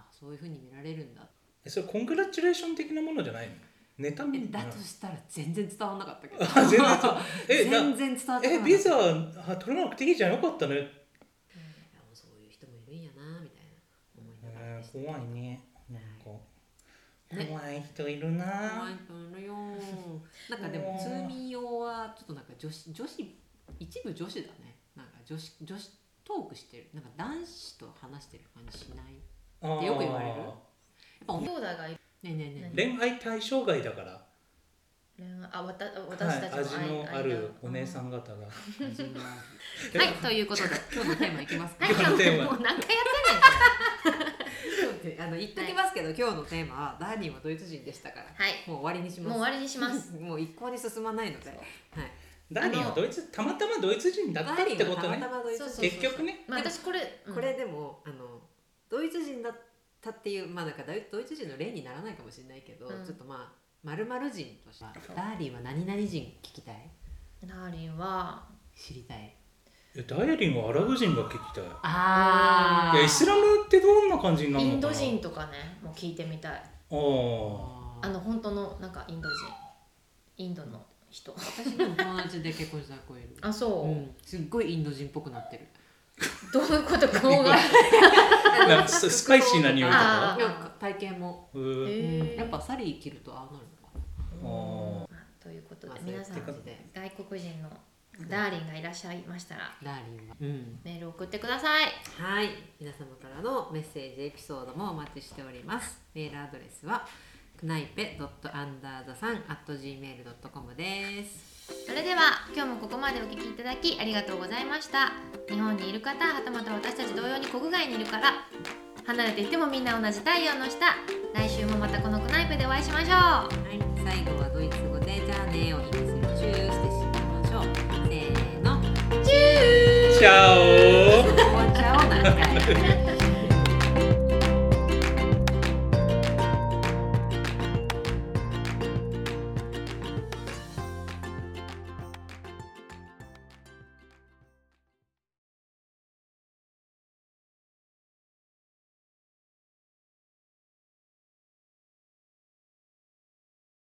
あそういうふうに見られるんだっえそれコングラチュレーション的なものじゃないの 妬みてだとしたら全然伝わんなかったけど全然伝わん なえ全だ然伝わってこなかったえビザあ取らなくていいじゃんよかったね、いやもうそういう人もいるんやなみたいな思いながらえでしーたけど怖いねなんかね怖い人いるな怖いと思うよなんかでも通民用はちょっとなんか女子女子一部女子だねなんか女子女子トークしてるなんか男子と話してる感じしないあーってよく言われる兄弟がいるねえねえねえ恋愛対象外だから、恋愛あわたは私たい、ちの味のあるお姉さんん方が、味ははいということで今日のテーマいきますかはい今日の テーマもう何回やってんねんあの言っときますけど、今日のテーマはダーリンはドイツ人でしたからはいもう終わりにしますもう終わりにし ますもう一向に進まないので、はい、ダーリンあはのドイツたまたまドイツ人だったってことダーリンはたまねたまドイツそうそう人そう結局ねまあ私これうんこれでもあのドイツ人だったっていうまあなんかドイドイツ人の例にならないかもしれないけど、うんちょっとまあまるまる人としてダーリンは何々人聞きたいダーリンは知りたいいやダーリンはアラブ人が聞きたいあーいやイスラムってどんな感じになイるのかなンド人とかねもう聞いてみたいあああのの本当のなんかインド人インドの人私でも友達で結婚した子い るあそう、うん、すっごいインド人っぽくなってるどういうこと顔があ なんかススパイシーな匂いとあかーなんか体型も、へーうんやっぱサリー着るとああなるのかあまあということな、でまあ、皆さんそういう感じで外国人のダーリンがいらっしゃいましたらダーリンは、うん、メール送ってくださいはい、皆様からのメッセージエピソードもお待ちしております。メールアドレスはくないぺドットアンダーザさん at gmail ドットコムです。それでは今日もここまでお聞きいただきありがとうございました日本にいる方はたまた私たち同様に国外にいるから離れていてもみんな同じ太陽の下来週もまたこのクナイプでお会いしましょうはい、最後はドイツ語でじゃあねを意味するチューしてしまいましょう。せーの、チャオお茶を何回。